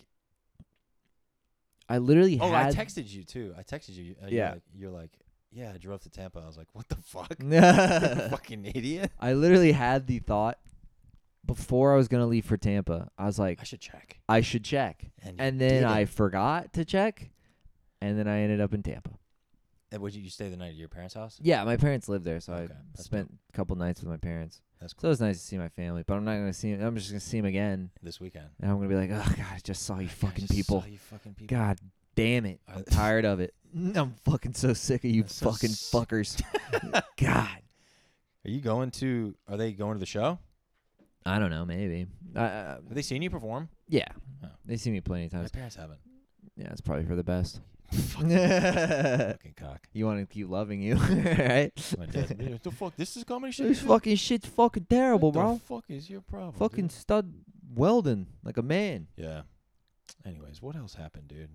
Speaker 1: I literally
Speaker 2: Oh, I
Speaker 1: had
Speaker 2: texted you too. I texted you. Uh, You're
Speaker 1: Yeah.
Speaker 2: like, you're like, yeah, I drove to Tampa. I was like, what the fuck?
Speaker 1: I
Speaker 2: Fucking idiot.
Speaker 1: literally had the thought before I was gonna leave for Tampa. I was like,
Speaker 2: I should check.
Speaker 1: I should check,
Speaker 2: And, you
Speaker 1: and then
Speaker 2: didn't.
Speaker 1: I forgot to check, and then I ended up in Tampa.
Speaker 2: And would you, you stay the night at your parents' house?
Speaker 1: Yeah, my parents live there, so
Speaker 2: Okay,
Speaker 1: I
Speaker 2: that's
Speaker 1: spent a couple nights with my parents.
Speaker 2: That's cool.
Speaker 1: So it was nice to see my family, but I'm not gonna see. 'em- I'm just gonna see them again,
Speaker 2: This weekend.
Speaker 1: and I'm gonna be like, oh god, I just saw you
Speaker 2: God, I
Speaker 1: fucking
Speaker 2: just saw
Speaker 1: people.
Speaker 2: you fucking people.
Speaker 1: God damn it,
Speaker 2: I-
Speaker 1: I'm tired of it. I'm fucking so sick of you
Speaker 2: I'm so
Speaker 1: fucking
Speaker 2: sick.
Speaker 1: fuckers. God.
Speaker 2: Are you going to? Are they going to the show?
Speaker 1: I don't know, maybe. I, I,
Speaker 2: Have they seen you perform?
Speaker 1: yeah,
Speaker 2: Oh.
Speaker 1: they see me plenty of
Speaker 2: My
Speaker 1: times.
Speaker 2: parents haven't.
Speaker 1: Yeah, it's probably for the best.
Speaker 2: Fucking cock.
Speaker 1: you want to keep loving you, right?
Speaker 2: My dad. "Dude, the fuck? This is comedy shit.
Speaker 1: This
Speaker 2: you do?
Speaker 1: fucking shit's fucking terrible,
Speaker 2: What the
Speaker 1: bro.
Speaker 2: fuck is your problem? dude?"
Speaker 1: Fucking stud Weldon like a man.
Speaker 2: Yeah. Anyways, what else happened, dude?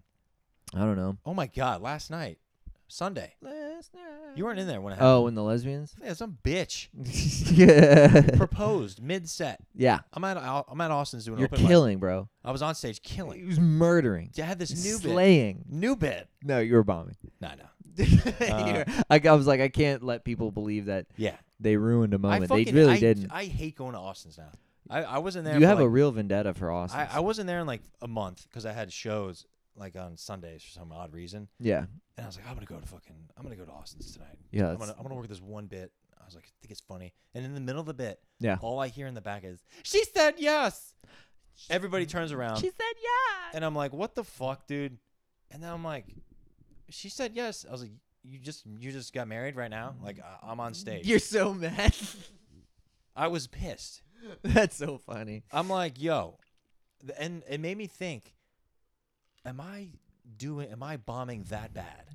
Speaker 1: I don't know.
Speaker 2: Oh my god, last night, Sunday. You weren't in there when it happened.
Speaker 1: Oh, and the lesbians.
Speaker 2: Yeah, some bitch
Speaker 1: yeah,
Speaker 2: proposed mid set.
Speaker 1: yeah.
Speaker 2: I'm at Al- I'm at Austin's doing
Speaker 1: You're
Speaker 2: open mic.
Speaker 1: killing, bro.
Speaker 2: I was on stage killing.
Speaker 1: He was murdering,
Speaker 2: I had this new bit.
Speaker 1: slaying.
Speaker 2: New bit.
Speaker 1: No, you were bombing.
Speaker 2: Nah, no. Uh,
Speaker 1: You're- I, I was like, I can't let people believe that
Speaker 2: Yeah.
Speaker 1: they ruined a moment.
Speaker 2: I fucking,
Speaker 1: they really
Speaker 2: I,
Speaker 1: didn't.
Speaker 2: I hate going to Austin's now. I, I wasn't there.
Speaker 1: you
Speaker 2: for
Speaker 1: have
Speaker 2: like,
Speaker 1: a real vendetta for Austin.
Speaker 2: I, I wasn't there in like a month because I had shows like on Sundays for some odd reason,
Speaker 1: yeah,
Speaker 2: and I was like, I'm gonna go to fucking, I'm gonna go to Austin's tonight.
Speaker 1: yeah.
Speaker 2: I'm
Speaker 1: it's-
Speaker 2: gonna, I'm gonna work this one bit. I was like, I think it's funny, and in the middle of the bit,
Speaker 1: Yeah.
Speaker 2: all I hear in the back is, she said yes. Everybody turns around,
Speaker 1: She said yeah.
Speaker 2: and I'm like, what the fuck, dude? And then I'm like, she said yes. I was like, you just, you just got married right now? Like, I, I'm on stage.
Speaker 1: You're so mad.
Speaker 2: I was pissed.
Speaker 1: That's so funny.
Speaker 2: I'm like, yo, th- and it made me think, am I doing? Am I bombing that bad?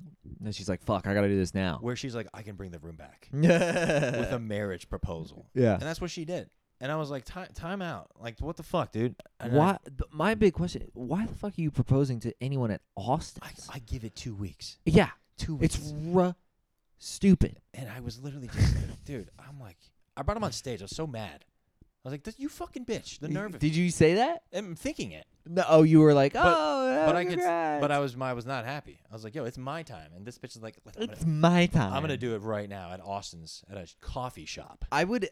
Speaker 1: And she's like, "Fuck, I gotta do this now."
Speaker 2: Where she's like, I can bring the room back with
Speaker 1: yeah.
Speaker 2: a marriage proposal, and that's what she did. And I was like, time, time out. Like, what the fuck, dude? And I-
Speaker 1: Why? but my big question: Why the fuck are you proposing to anyone at Austin?
Speaker 2: I, I give it two weeks.
Speaker 1: yeah,
Speaker 2: Two weeks.
Speaker 1: it's r- stupid.
Speaker 2: and I was literally just, like, dude. I'm like, I brought him on stage. I was so mad. I was like, "This- you fucking bitch. The nerve. of
Speaker 1: Did you say that?
Speaker 2: I'm thinking it.
Speaker 1: No. Oh, you were like, "Oh,
Speaker 2: But-
Speaker 1: oh,
Speaker 2: but I could,
Speaker 1: congrats."
Speaker 2: but I was, my, I was not happy. I was like, yo, it's my time. And this bitch is like, "I'm gonna-
Speaker 1: It's my time.
Speaker 2: I'm gonna do it right now at Austin's at a coffee shop.
Speaker 1: I would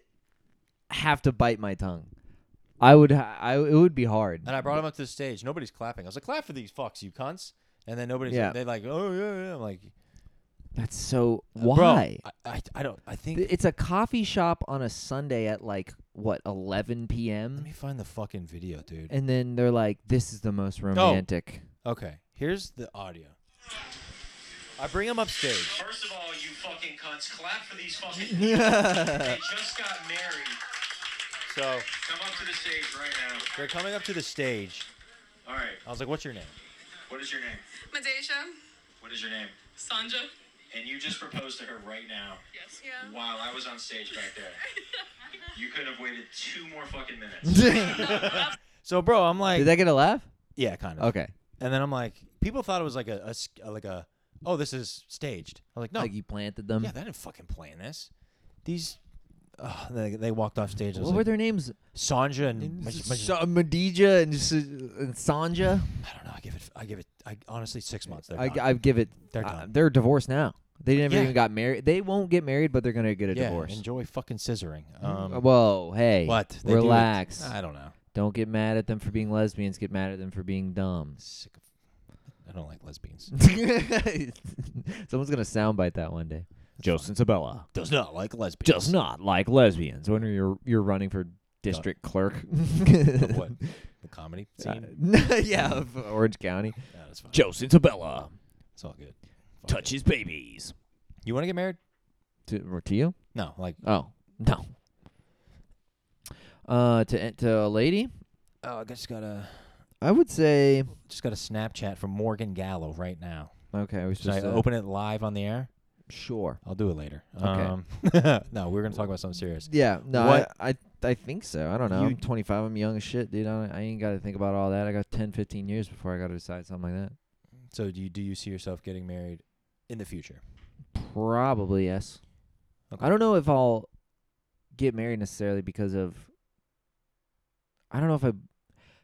Speaker 1: have to bite my tongue. I would. ha- I. It would be hard.
Speaker 2: And I brought him up to the stage. Nobody's clapping. I was like, clap for these fucks, you cunts. And then nobody's
Speaker 1: Yeah.
Speaker 2: they like, oh yeah, yeah. I'm like,
Speaker 1: That's so.
Speaker 2: "Bro,
Speaker 1: Why?
Speaker 2: I, I, I don't. I think.
Speaker 1: Th- It's a coffee shop on a Sunday at like what 11
Speaker 2: let
Speaker 1: p.m.
Speaker 2: me find the fucking video, dude.
Speaker 1: and then they're like, "This is the most romantic."
Speaker 2: Okay, here's the audio. I bring him upstage.
Speaker 4: First of all, you fucking cunts, clap for these fucking. they just got married.
Speaker 2: So
Speaker 4: Come up to the stage right now.
Speaker 2: they're coming up to the stage.
Speaker 4: All right.
Speaker 2: I was like, what's your name?
Speaker 4: What is your name?
Speaker 5: Madesha.
Speaker 4: What is your name?
Speaker 5: Sanja.
Speaker 4: And you just proposed to her right now
Speaker 5: Yes. Yeah.
Speaker 4: while I was on stage back there. You could have waited two more fucking minutes.
Speaker 2: So bro, I'm like,
Speaker 1: Did I get a laugh?
Speaker 2: yeah, kind of.
Speaker 1: Okay.
Speaker 2: And then I'm like, people thought it was like a, a s- like a, oh, this is staged. I was like, no,
Speaker 1: Like you planted them.
Speaker 2: Yeah, they didn't fucking plan this. These, oh, they, they walked off stage. I was
Speaker 1: what were
Speaker 2: like,
Speaker 1: their names?
Speaker 2: Sanja and Maj- Maj-
Speaker 1: Sa- Madija and, S- and Sanja.
Speaker 2: I don't know. I give it. I give it. I honestly six months. They're
Speaker 1: I,
Speaker 2: gone.
Speaker 1: I give it.
Speaker 2: They're
Speaker 1: uh,
Speaker 2: done.
Speaker 1: they're divorced now. They never
Speaker 2: Yeah.
Speaker 1: even got married. They won't get married, but they're gonna get a
Speaker 2: yeah,
Speaker 1: divorce.
Speaker 2: enjoy fucking scissoring. Um,
Speaker 1: Whoa, hey,
Speaker 2: what? They do it-
Speaker 1: relax.
Speaker 2: I don't know.
Speaker 1: Don't get mad at them for being lesbians. Get mad at them for being dumb.
Speaker 2: Sick of, I don't like lesbians.
Speaker 1: Someone's gonna soundbite that one day. Justin Sabella
Speaker 2: Does not like lesbians.
Speaker 1: does not like lesbians. When you're you're running for district clerk,
Speaker 2: Of what? the comedy
Speaker 1: Uh,
Speaker 2: scene.
Speaker 1: yeah, of Orange County.
Speaker 2: Nah, that's fine.
Speaker 6: Joe Santabella.
Speaker 2: It's all good. Fuck
Speaker 6: Touch
Speaker 2: it.
Speaker 6: his babies.
Speaker 2: You want to get married?
Speaker 1: To, or to you?
Speaker 2: No, like
Speaker 1: Oh no. Uh, to to a lady,
Speaker 2: oh, I just got a
Speaker 1: I would say.
Speaker 2: just got a Snapchat from Morgan Gallo right now.
Speaker 1: Okay, we should
Speaker 2: Should I
Speaker 1: say-
Speaker 2: open it live on the
Speaker 1: uh,
Speaker 2: air?
Speaker 1: Sure.
Speaker 2: I'll do it later.
Speaker 1: Okay.
Speaker 2: Um, no, we're gonna talk about something serious.
Speaker 1: Yeah. No.
Speaker 2: What-
Speaker 1: I, I I think so. I don't know.
Speaker 2: You-
Speaker 1: I'm 25. I'm young as shit, dude. I, don't, I ain't got to think about all that. I got 10, 15 years before I got to decide something like that.
Speaker 2: So, do you do you see yourself getting married in the future?
Speaker 1: Probably yes.
Speaker 2: Okay.
Speaker 1: I don't know if I'll get married necessarily because of. I don't know if I.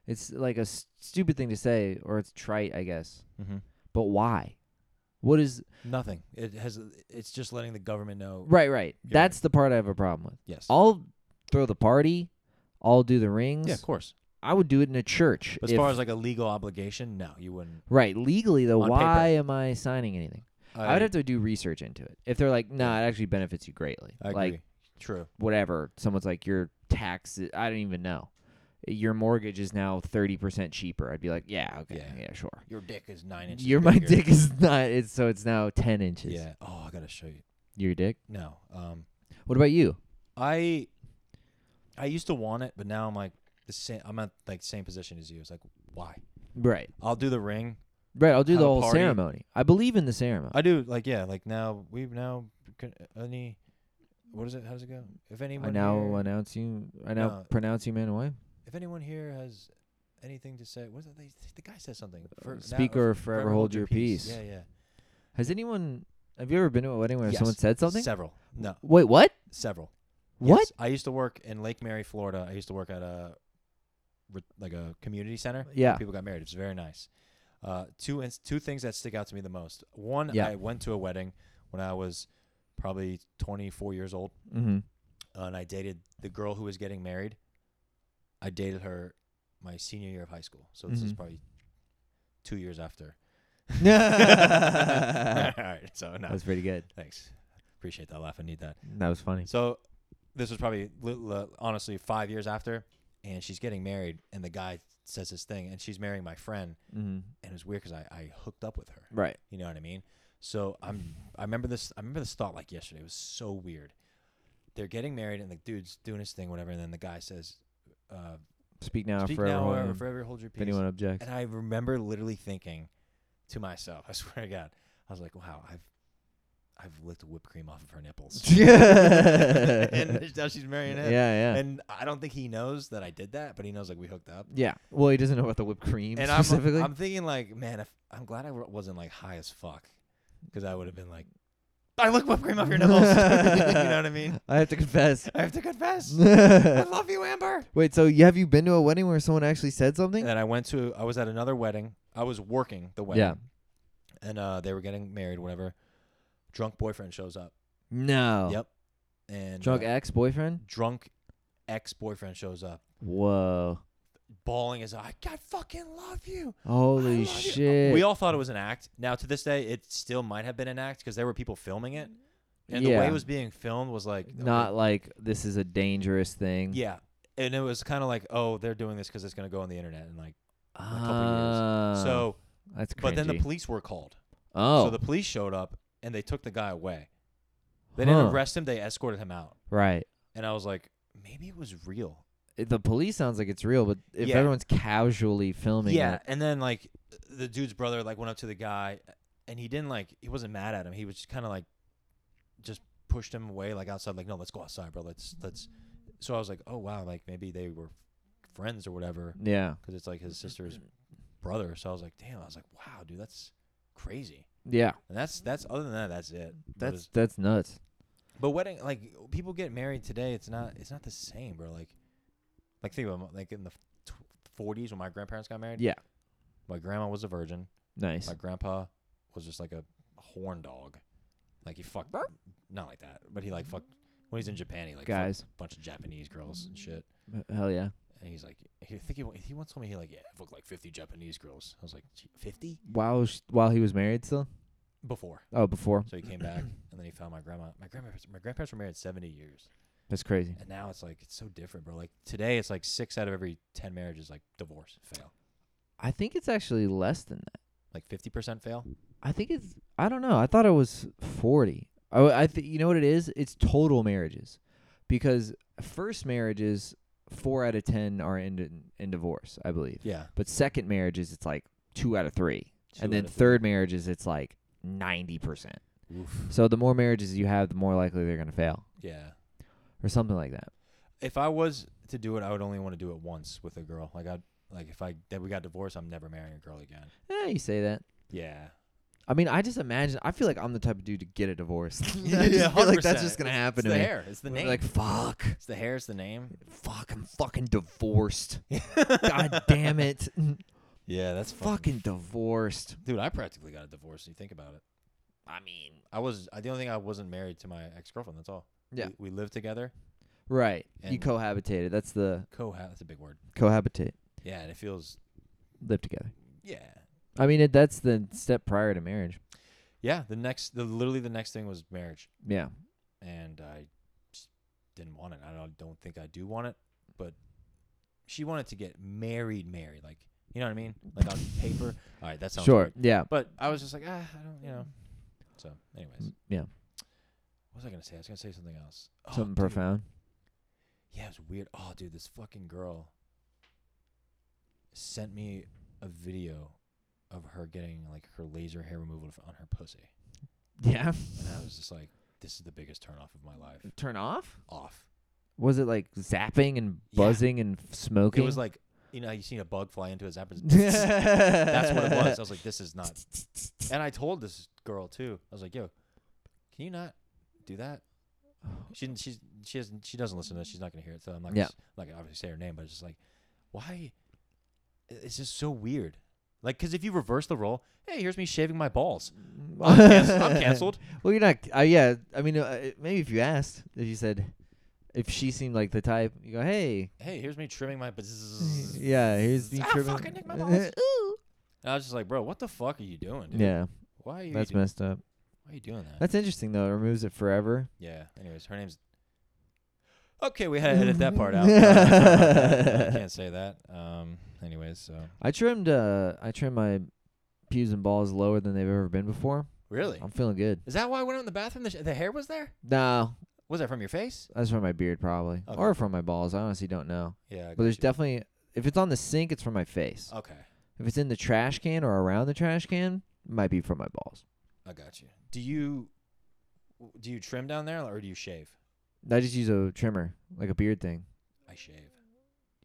Speaker 1: It's like a s- stupid thing to say, or it's trite, I guess.
Speaker 2: Mm-hmm.
Speaker 1: But why? What is
Speaker 2: Nothing. It has. It's just letting the government know.
Speaker 1: right? Right.
Speaker 2: Yeah.
Speaker 1: That's the part I have a problem with.
Speaker 2: Yes.
Speaker 1: I'll throw the party. I'll do the rings.
Speaker 2: yeah, of course.
Speaker 1: I would do it in a church.
Speaker 2: But as
Speaker 1: if-
Speaker 2: far as like a legal obligation, no, you wouldn't.
Speaker 1: right legally though,
Speaker 2: On
Speaker 1: why
Speaker 2: paper.
Speaker 1: am I signing anything? I would have to do research into it. If they're like, nah, it actually benefits you greatly.
Speaker 2: I agree.
Speaker 1: like
Speaker 2: True.
Speaker 1: whatever. Someone's like, your tax. I don't even know. Your mortgage is now thirty percent cheaper. I'd be like, yeah, okay,
Speaker 2: Yeah.
Speaker 1: yeah, sure.
Speaker 2: Your dick is nine inches.
Speaker 1: Your my
Speaker 2: bigger.
Speaker 1: dick is not. It's so it's now ten inches.
Speaker 2: Yeah. Oh, I gotta show you.
Speaker 1: Your dick.
Speaker 2: No. Um,
Speaker 1: What about you?
Speaker 2: I I used to want it, but now I'm like the same. I'm at like same position as you. It's like why?
Speaker 1: Right,
Speaker 2: I'll do the ring.
Speaker 1: right. I'll do
Speaker 2: Have
Speaker 1: the
Speaker 2: a
Speaker 1: whole
Speaker 2: party.
Speaker 1: ceremony. I believe in the ceremony.
Speaker 2: I do like yeah. Like now we've now con- any. What is it? How does it go? If
Speaker 1: I,
Speaker 2: anyone
Speaker 1: now
Speaker 2: here,
Speaker 1: announce you. I now
Speaker 2: No.
Speaker 1: pronounce you man and wife.
Speaker 2: if anyone here has anything to say, what is it? They, the guy says something. For, now-
Speaker 1: Uh, speak or forever hold your peace.
Speaker 2: Yeah, yeah.
Speaker 1: Has anyone? Have you ever been to a wedding where
Speaker 2: Yes.
Speaker 1: someone said something?
Speaker 2: Several. No,
Speaker 1: Wait, what?
Speaker 2: several.
Speaker 1: What?
Speaker 2: Yes, I used to work in Lake Mary, Florida. I used to work at a re- like a community center. where
Speaker 1: Yeah.
Speaker 2: people got married. It was very nice. Uh, two ins- two things that stick out to me the most. One,
Speaker 1: Yeah.
Speaker 2: I went to a wedding when I was probably 24 years old,
Speaker 1: Mm-hmm.
Speaker 2: uh, and I dated the girl who was getting married. I dated her my senior year of high school, so this is
Speaker 1: Mhm.
Speaker 2: probably two years after.
Speaker 1: that
Speaker 2: All right, so no,
Speaker 1: was pretty good.
Speaker 2: thanks, appreciate that laugh. I need that.
Speaker 1: That was funny.
Speaker 2: So this was probably li- li- honestly five years after, and she's getting married, and the guy says this thing, and she's marrying my friend,
Speaker 1: Mm-hmm.
Speaker 2: and it's weird because I, I hooked up with her.
Speaker 1: Right.
Speaker 2: You know what I mean? So
Speaker 1: Mm.
Speaker 2: I'm I remember this I remember this thought like yesterday. It was so weird. They're getting married, and the dude's doing his thing, whatever, and then the guy says, uh,
Speaker 1: Speak now
Speaker 2: "Speak
Speaker 1: for
Speaker 2: now
Speaker 1: everyone.
Speaker 2: or
Speaker 1: if
Speaker 2: forever hold your peace."
Speaker 1: anyone objects.
Speaker 2: And I remember literally thinking to myself, I swear to God, I was like, "Wow, I've I've licked whipped cream off of her nipples." and now she's marrying
Speaker 1: yeah,
Speaker 2: him.
Speaker 1: yeah.
Speaker 2: And I don't think he knows that I did that, but he knows like we hooked up.
Speaker 1: yeah. Well, he doesn't know about the whipped cream
Speaker 2: And I'm,
Speaker 1: specifically.
Speaker 2: I'm thinking like, man, if, I'm glad I wa- wasn't like high as fuck, because I would have been like, I look whipped cream off your nipples. you know what I mean?
Speaker 1: I have to confess.
Speaker 2: I have to confess, I
Speaker 1: Wait,
Speaker 2: love you, Amber.
Speaker 1: so you, have you been to a wedding where someone actually said something?
Speaker 2: And then I went to, I was at another wedding. I was working the wedding.
Speaker 1: yeah.
Speaker 2: And uh, they were getting married, whatever. Drunk boyfriend shows up.
Speaker 1: No.
Speaker 2: Yep. And
Speaker 1: Oh. Drunk
Speaker 2: uh,
Speaker 1: ex boyfriend.
Speaker 2: drunk ex boyfriend shows up,
Speaker 1: Whoa.
Speaker 2: bawling his eye. I fucking love you. I
Speaker 1: Holy
Speaker 2: love you."
Speaker 1: shit.
Speaker 2: We all thought it was an act. Now, to this day, it still might have been an act because there were people filming it, and the way
Speaker 1: Yeah.
Speaker 2: it was being filmed was like
Speaker 1: Not like this is a dangerous thing.
Speaker 2: yeah, and it was kind of like oh they're doing this because it's gonna go on the internet and like couple years.
Speaker 1: Ah,
Speaker 2: so.
Speaker 1: that's crazy.
Speaker 2: But then the police were called,
Speaker 1: oh,
Speaker 2: so the police showed up and they took the guy away. They didn't
Speaker 1: Huh.
Speaker 2: arrest him; they escorted him out,
Speaker 1: right.
Speaker 2: and I was like, maybe it was real.
Speaker 1: It- The police sounds like it's real, but if
Speaker 2: Yeah.
Speaker 1: everyone's casually filming
Speaker 2: yeah,
Speaker 1: it,
Speaker 2: and then like the dude's brother like went up to the guy, and he didn't like he wasn't mad at him. He was just kind of like just pushed him away like outside. Like no, let's go outside, bro. Let's let's. So I was like, oh wow, like maybe they were friends or whatever,
Speaker 1: yeah,
Speaker 2: because it's like his sister's brother. So I was like, damn, I was like, wow, dude, that's crazy.
Speaker 1: yeah,
Speaker 2: And that's that's other than that, that's it. But
Speaker 1: that's
Speaker 2: it's-
Speaker 1: that's nuts.
Speaker 2: but wedding like people get married today. It's not it's not the same, bro. Like like think about like in the tw- 40s when my grandparents got married.
Speaker 1: Yeah.
Speaker 2: my grandma was a virgin.
Speaker 1: Nice.
Speaker 2: My grandpa was just like a horn dog. Like he fucked not like that, but he like fucked when he's in Japan. He like fucked
Speaker 1: Guys.
Speaker 2: a bunch of Japanese girls and shit.
Speaker 1: Uh, Hell yeah!
Speaker 2: And he's like, he, I think he, wa- he once told me he like yeah, I fucked like fifty Japanese girls. I was like "Gee, fifty
Speaker 1: While sh- while he was married still.
Speaker 2: before.
Speaker 1: Oh, before.
Speaker 2: So he came back and then he found my grandma. My grandparents, my grandparents were married seventy years.
Speaker 1: That's crazy.
Speaker 2: And now it's like it's so different, bro. Like today, it's like six out of every ten marriages like divorce fail.
Speaker 1: I think it's actually less than that.
Speaker 2: Like fifty percent fail.
Speaker 1: I think it's. I don't know. I thought it was forty. Oh, I, I th- you know what it is? It's total marriages, because first marriages four out of ten are in in divorce, I believe.
Speaker 2: Yeah.
Speaker 1: But second marriages, it's like two out of three,
Speaker 2: Two
Speaker 1: and then
Speaker 2: out of
Speaker 1: third marriages, it's like ninety percent. So the more marriages you have, the more likely they're gonna fail,
Speaker 2: Yeah.
Speaker 1: or something like that.
Speaker 2: If I was to do it, I would only want to do it once with a girl. Like I would like if I that we got divorced, I'm never marrying a girl again.
Speaker 1: Yeah, Eh, you say that.
Speaker 2: Yeah.
Speaker 1: I mean, I just imagine. I feel like I'm the type of dude to get a divorce. I
Speaker 2: Yeah,
Speaker 1: just feel like that's
Speaker 2: 100%.
Speaker 1: just gonna happen
Speaker 2: It's
Speaker 1: to
Speaker 2: the
Speaker 1: me.
Speaker 2: hair. It's the
Speaker 1: I'm
Speaker 2: name.
Speaker 1: Like fuck.
Speaker 2: it's the hair. It's the name.
Speaker 1: Fuck, I'm fucking divorced. God damn it.
Speaker 2: Yeah, that's
Speaker 1: fucking divorced.
Speaker 2: Dude, I practically got a divorce. You think about it.
Speaker 1: I mean,
Speaker 2: I was I- the only thing I wasn't married to my ex girlfriend. That's all.
Speaker 1: Yeah.
Speaker 2: We, we lived together.
Speaker 1: right. you
Speaker 2: And-
Speaker 1: cohabitated. That's the
Speaker 2: Coha. That's a big word.
Speaker 1: cohabitate.
Speaker 2: Yeah, and it feels.
Speaker 1: Live together.
Speaker 2: Yeah.
Speaker 1: I mean, it, that's the step prior to marriage.
Speaker 2: Yeah. The next, the literally the next thing was marriage,
Speaker 1: Yeah.
Speaker 2: and I just didn't want it. I don't, don't think I do want it, but she wanted to get married, married, like you know what I mean, like on paper. All right, that sounds
Speaker 1: sure.
Speaker 2: weird.
Speaker 1: Yeah.
Speaker 2: But I was just like, ah, I don't, you know. So, anyways,
Speaker 1: M- Yeah.
Speaker 2: what was I gonna say? I was gonna say something else. Oh,
Speaker 1: Something
Speaker 2: dude.
Speaker 1: profound.
Speaker 2: Yeah, it was weird. Oh, dude, this fucking girl sent me a video of her getting like her laser hair removal f- on her pussy,
Speaker 1: Yeah.
Speaker 2: and I was just like, "This is the biggest turnoff of my life."
Speaker 1: Turn off?
Speaker 2: Off.
Speaker 1: Was it like zapping and
Speaker 2: Yeah.
Speaker 1: buzzing and f- smoking?
Speaker 2: It was like, you know, how you seen a bug fly into his apples. That's
Speaker 1: That's
Speaker 2: what it was. I was like, "This is not." And I told this girl too. I was like, "Yo, can you not do that?" She didn't, she's she hasn't she doesn't listen to this. She's not gonna hear it. So I'm not
Speaker 1: Oh.
Speaker 2: gonna
Speaker 1: Yeah.
Speaker 2: s- like obviously say her name, but it's just like, why? i- It's just so weird. Like, cause if you reverse the role, hey, here's me shaving my balls. I'm, canc- I'm canceled.
Speaker 1: Well, you're not. Uh, yeah, I mean, uh, maybe if you asked, if you said, if she seemed like the type, you go, "Hey,
Speaker 2: Hey, here's me trimming my. Bzz.
Speaker 1: yeah, here's the
Speaker 2: Ah,
Speaker 1: trimming-
Speaker 2: fuck, I nicked my balls. And I was just like, bro, what the fuck are you doing? Dude?
Speaker 1: yeah,
Speaker 2: Why are you?
Speaker 1: that's
Speaker 2: do-
Speaker 1: messed up.
Speaker 2: why are you doing that?
Speaker 1: That's interesting though. It removes it forever.
Speaker 2: yeah. Anyways, her name's. Okay, we had to edit that part out. Sorry about that. I can't say that. Um. Anyways, so
Speaker 1: I trimmed. Uh, I trimmed my pubes and balls lower than they've ever been before.
Speaker 2: really,
Speaker 1: I'm feeling good.
Speaker 2: Um, is that why I went out in the bathroom? The, sh- the hair was there.
Speaker 1: No,
Speaker 2: Was that from your face?
Speaker 1: that's from my beard probably,
Speaker 2: Okay.
Speaker 1: or from my balls. I Oh. honestly don't know.
Speaker 2: Yeah, I
Speaker 1: But there's
Speaker 2: got
Speaker 1: definitely. If it's on the sink, it's from my face.
Speaker 2: you. okay.
Speaker 1: If it's in the trash can or around the trash can, it might be from my balls.
Speaker 2: I got you. Do you do you trim down there or do you shave?
Speaker 1: I just use a trimmer, like a beard thing.
Speaker 2: I shave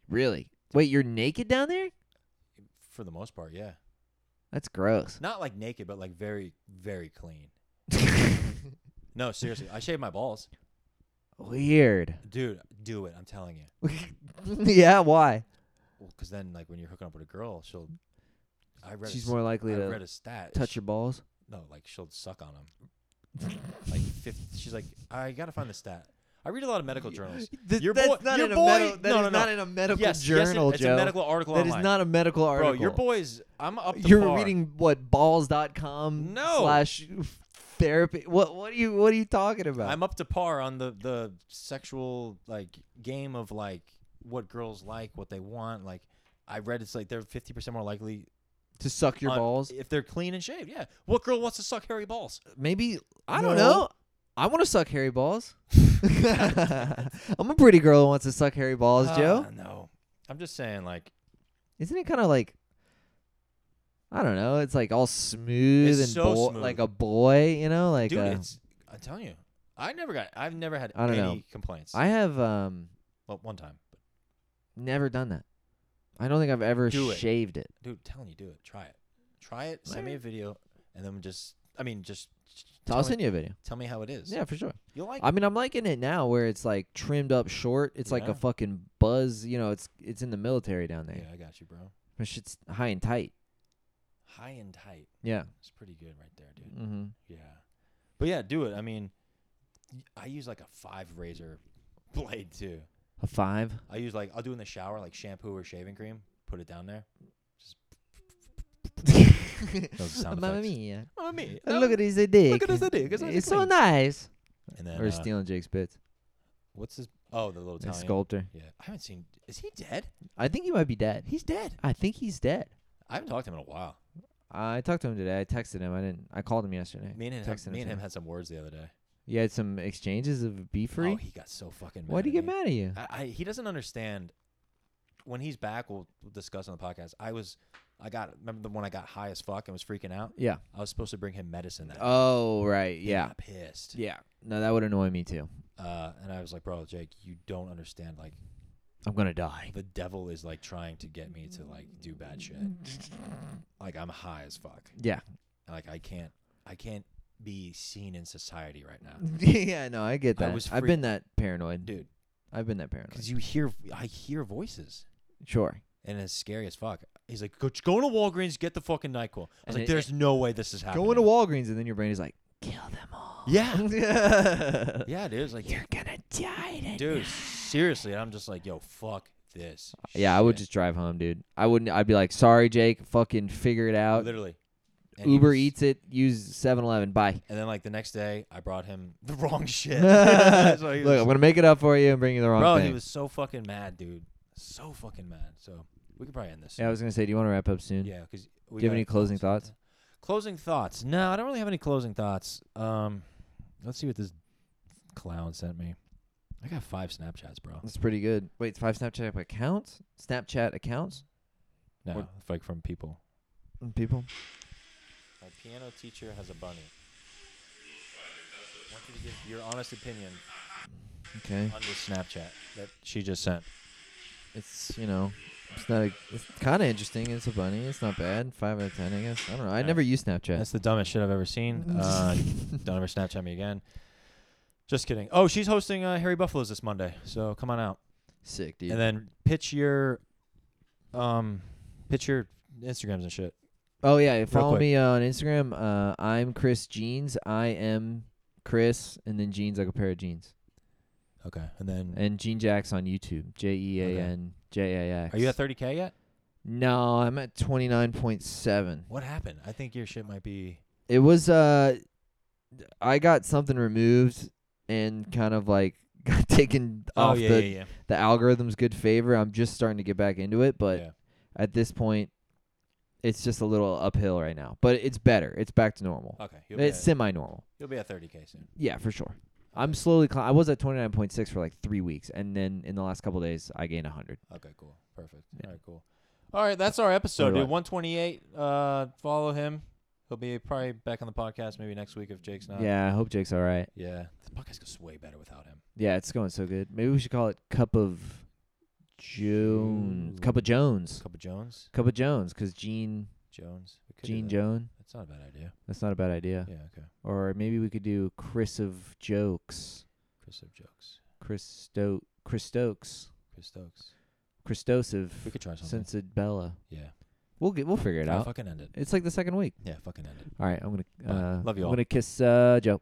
Speaker 1: Really? Wait, you're naked down there?
Speaker 2: for the most part. Yeah,
Speaker 1: That's gross.
Speaker 2: not like naked, but like very very clean. No, seriously, I shave my balls,
Speaker 1: Weird.
Speaker 2: dude. Do it. I'm telling you.
Speaker 1: yeah, why?
Speaker 2: Well, Because then, like when you're hooking up with a girl, she'll. I read.
Speaker 1: She's
Speaker 2: a, s-
Speaker 1: more likely
Speaker 2: I
Speaker 1: to
Speaker 2: read a stat.
Speaker 1: touch
Speaker 2: sh-
Speaker 1: your balls.
Speaker 2: No, like she'll suck on them. like 50, she's like, I gotta find the stat. I read a lot of medical journals. Your
Speaker 1: that's
Speaker 2: boy-
Speaker 1: not
Speaker 2: your
Speaker 1: in a
Speaker 2: boy-
Speaker 1: medical. That
Speaker 2: no,
Speaker 1: is
Speaker 2: no, no.
Speaker 1: not in a medical
Speaker 2: yes,
Speaker 1: journal,
Speaker 2: yes, it- it's
Speaker 1: Joe.
Speaker 2: a medical article
Speaker 1: That is
Speaker 2: online.
Speaker 1: not a medical article.
Speaker 2: Bro, your boys, I'm up. To
Speaker 1: You're
Speaker 2: par.
Speaker 1: reading what balls.com
Speaker 2: No.
Speaker 1: slash therapy. What what are you what are you talking about?
Speaker 2: I'm up to par on the the sexual like game of like what girls like, what they want. Like I read, it's like they're 50 percent more likely
Speaker 1: to suck your
Speaker 2: on-
Speaker 1: balls.
Speaker 2: if they're clean and shaved. Yeah, what girl wants to suck hairy balls?
Speaker 1: Maybe I don't
Speaker 2: No.
Speaker 1: know. I want to suck hairy balls. I'm a pretty girl who wants to suck hairy balls,
Speaker 2: Ah,
Speaker 1: Joe.
Speaker 2: No, I'm just saying like
Speaker 1: Isn't it kind of like I don't know? It's like all smooth
Speaker 2: It's
Speaker 1: and
Speaker 2: so
Speaker 1: bo-
Speaker 2: smooth.
Speaker 1: like a boy, you know? Like
Speaker 2: dude,
Speaker 1: uh,
Speaker 2: it's I'm telling you, I never got, I've never had
Speaker 1: I don't
Speaker 2: any
Speaker 1: know.
Speaker 2: complaints.
Speaker 1: I have um
Speaker 2: well, one time, but
Speaker 1: never done that. I don't think I've ever
Speaker 2: Do it.
Speaker 1: shaved it.
Speaker 2: dude, I'm telling you, do it, try it, try it. Send me a video, and then just, I mean, just
Speaker 1: So
Speaker 2: tell
Speaker 1: I'll
Speaker 2: me,
Speaker 1: send you a video.
Speaker 2: tell me how it is.
Speaker 1: Yeah, for sure.
Speaker 2: you'll like.
Speaker 1: I mean, I'm liking it now where it's like trimmed up short. It's like
Speaker 2: Yeah.
Speaker 1: a fucking buzz. You know, it's it's in the military down
Speaker 2: it.
Speaker 1: there.
Speaker 2: yeah, I got you, bro.
Speaker 1: My shit's high and tight.
Speaker 2: High and tight.
Speaker 1: Yeah.
Speaker 2: It's pretty good right there, dude.
Speaker 1: Mm-hmm.
Speaker 2: Yeah. But yeah, do it. I mean, y- I use like a five razor blade too.
Speaker 1: A five.
Speaker 2: I use like I'll do in the shower like shampoo or shaving cream, put it down there. Those are sound
Speaker 1: Mamma
Speaker 2: effects.
Speaker 1: mia.
Speaker 2: Oh me.
Speaker 1: Look at his dick.
Speaker 2: at his dick.
Speaker 1: It's
Speaker 2: It's like a
Speaker 1: so
Speaker 2: clean-
Speaker 1: nice.
Speaker 2: And then
Speaker 1: Or
Speaker 2: uh,
Speaker 1: stealing Jake's bits.
Speaker 2: What's his? Oh, the little
Speaker 1: The
Speaker 2: Italian.
Speaker 1: sculptor.
Speaker 2: Yeah, I haven't seen. Is he dead?
Speaker 1: I think he might be dead.
Speaker 2: He's dead.
Speaker 1: I think he's dead.
Speaker 2: I haven't talked to him in a while.
Speaker 1: I talked to him today. I texted him. I didn't. I called him yesterday.
Speaker 2: Me and him,
Speaker 1: Texted
Speaker 2: me and him
Speaker 1: today.
Speaker 2: had some words the other day.
Speaker 1: You had some exchanges of beef free.
Speaker 2: Oh, he got so fucking mad.
Speaker 1: Why would he
Speaker 2: at
Speaker 1: get
Speaker 2: me.
Speaker 1: mad at you?
Speaker 2: I, I, he doesn't understand. When he's back, we'll, we'll discuss on the podcast. I was, I got remember the one I got high as fuck and was freaking out.
Speaker 1: yeah.
Speaker 2: I was supposed to bring him medicine. That
Speaker 1: Oh right.
Speaker 2: He
Speaker 1: Yeah.
Speaker 2: got pissed.
Speaker 1: Yeah. No, that would annoy me too.
Speaker 2: Uh, and I was like, bro, Jake, you don't understand. Like,
Speaker 1: I'm gonna die.
Speaker 2: the devil is like trying to get me to like do bad shit. like I'm high as fuck.
Speaker 1: Yeah.
Speaker 2: Like I can't, I can't be seen in society right now,
Speaker 1: yeah. No, I get
Speaker 2: I
Speaker 1: that.
Speaker 2: was
Speaker 1: I've
Speaker 2: freak-
Speaker 1: been that paranoid.
Speaker 2: dude.
Speaker 1: I've been that paranoid.
Speaker 2: Because you hear, I hear voices,
Speaker 1: Sure.
Speaker 2: and it's scary as fuck. He's like, go, go to Walgreens, get the fucking Nyquil. I
Speaker 1: And
Speaker 2: was like,
Speaker 1: it-
Speaker 2: there's no way this is happening.
Speaker 1: Going to Walgreens and then your brain is like, kill them all.
Speaker 2: Yeah,
Speaker 1: Yeah.
Speaker 2: yeah, dude. It's like,
Speaker 1: You're gonna die today.
Speaker 2: dude, seriously. And I'm just like, yo, fuck this.
Speaker 1: Yeah, I would
Speaker 2: shit.
Speaker 1: just drive home, dude. I wouldn't. I'd be like, sorry, Jake. Fucking figure it out.
Speaker 2: literally. And he
Speaker 1: Uber
Speaker 2: was-
Speaker 1: eats it. Use 7-Eleven. Bye.
Speaker 2: And then like the next day, I brought him the wrong shit. So
Speaker 1: Look,
Speaker 2: he was-
Speaker 1: I'm gonna make it up for you and bring you the wrong
Speaker 2: Bro,
Speaker 1: thing.
Speaker 2: he was so fucking mad, dude. So fucking mad. So we could probably end this.
Speaker 1: yeah, I was gonna say, do you want to wrap up soon?
Speaker 2: Yeah, because
Speaker 1: Do you have any closing thoughts?
Speaker 2: Closing thoughts? No, I don't really have any closing thoughts. Um, let's see what this clown sent me. I got five Snapchats, bro.
Speaker 1: That's pretty good. Wait, it's five Snapchat accounts? Snapchat accounts?
Speaker 2: No,
Speaker 1: What-
Speaker 2: it's, like from people.
Speaker 1: Mm, People?
Speaker 2: My piano teacher has a bunny. I want you to give your honest opinion
Speaker 1: Okay.
Speaker 2: on this Snapchat that she just sent.
Speaker 1: It's you know, it's not. A, it's kind of interesting. It's a bunny. It's not bad. Five out of ten, I guess. I don't know. I
Speaker 2: Yeah.
Speaker 1: never use Snapchat.
Speaker 2: That's the dumbest shit I've ever seen. Uh, don't ever Snapchat me again. Just kidding. Oh, she's hosting uh, Harry Buffalo's this Monday, so come on out.
Speaker 1: Sick, dude.
Speaker 2: And then pitch your, um, pitch your Instagrams and shit.
Speaker 1: Oh yeah, follow
Speaker 2: quick.
Speaker 1: me on Instagram. Uh, I'm Chris Jeans. I am Chris, and then jeans like a pair of jeans.
Speaker 2: Okay. And then,
Speaker 1: And Jean Jacks on YouTube. J E A N J A X.
Speaker 2: are you at 30k yet?
Speaker 1: No, I'm at twenty nine point seven.
Speaker 2: What happened? I think your shit might be.
Speaker 1: It was uh, I got something removed and kind of like got taken off the
Speaker 2: Oh, yeah,
Speaker 1: the algorithm's good favor. I'm just starting to get back into it, but
Speaker 2: Yeah.
Speaker 1: at this point, it's just a little uphill right now. But it's better. It's back to normal.
Speaker 2: Okay. You'll be,
Speaker 1: It's
Speaker 2: at,
Speaker 1: semi normal.
Speaker 2: you'll be at 30k soon.
Speaker 1: Yeah, for sure. I'm slowly. Cli- I was at 29.6 for like three weeks, and then in the last couple days, I gained 100.
Speaker 2: Okay. Cool. Perfect.
Speaker 1: Yeah.
Speaker 2: All right. Cool. All right. That's our episode,
Speaker 1: Alright.
Speaker 2: dude. 128. Uh, follow him. He'll be probably back on the podcast maybe next week if Jake's not.
Speaker 1: yeah, I hope Jake's all right.
Speaker 2: Yeah. The podcast goes way better without him.
Speaker 1: Yeah, it's going so good. Maybe we should call it Cup of Jones. Cup of Jones.
Speaker 2: Cup of Jones.
Speaker 1: Cup of Jones, because Gene
Speaker 2: Jones. We could do
Speaker 1: Gene
Speaker 2: that.
Speaker 1: Joan.
Speaker 2: That's not a bad idea.
Speaker 1: That's not a bad idea.
Speaker 2: Yeah. Okay.
Speaker 1: Or maybe we could do Chris of Jokes.
Speaker 2: Chris of jokes.
Speaker 1: Christo Christokes.
Speaker 2: Chris Stokes.
Speaker 1: Christos of
Speaker 2: We could try something.
Speaker 1: Sensibella.
Speaker 2: yeah.
Speaker 1: We'll get. We'll figure it
Speaker 2: Oh,
Speaker 1: out.
Speaker 2: Fucking end it.
Speaker 1: It's like the second week.
Speaker 2: Yeah. Fucking end it.
Speaker 1: All right, I'm gonna.
Speaker 2: Bye.
Speaker 1: Uh,
Speaker 2: Love you
Speaker 1: I'm
Speaker 2: all.
Speaker 1: gonna kiss uh, Joe.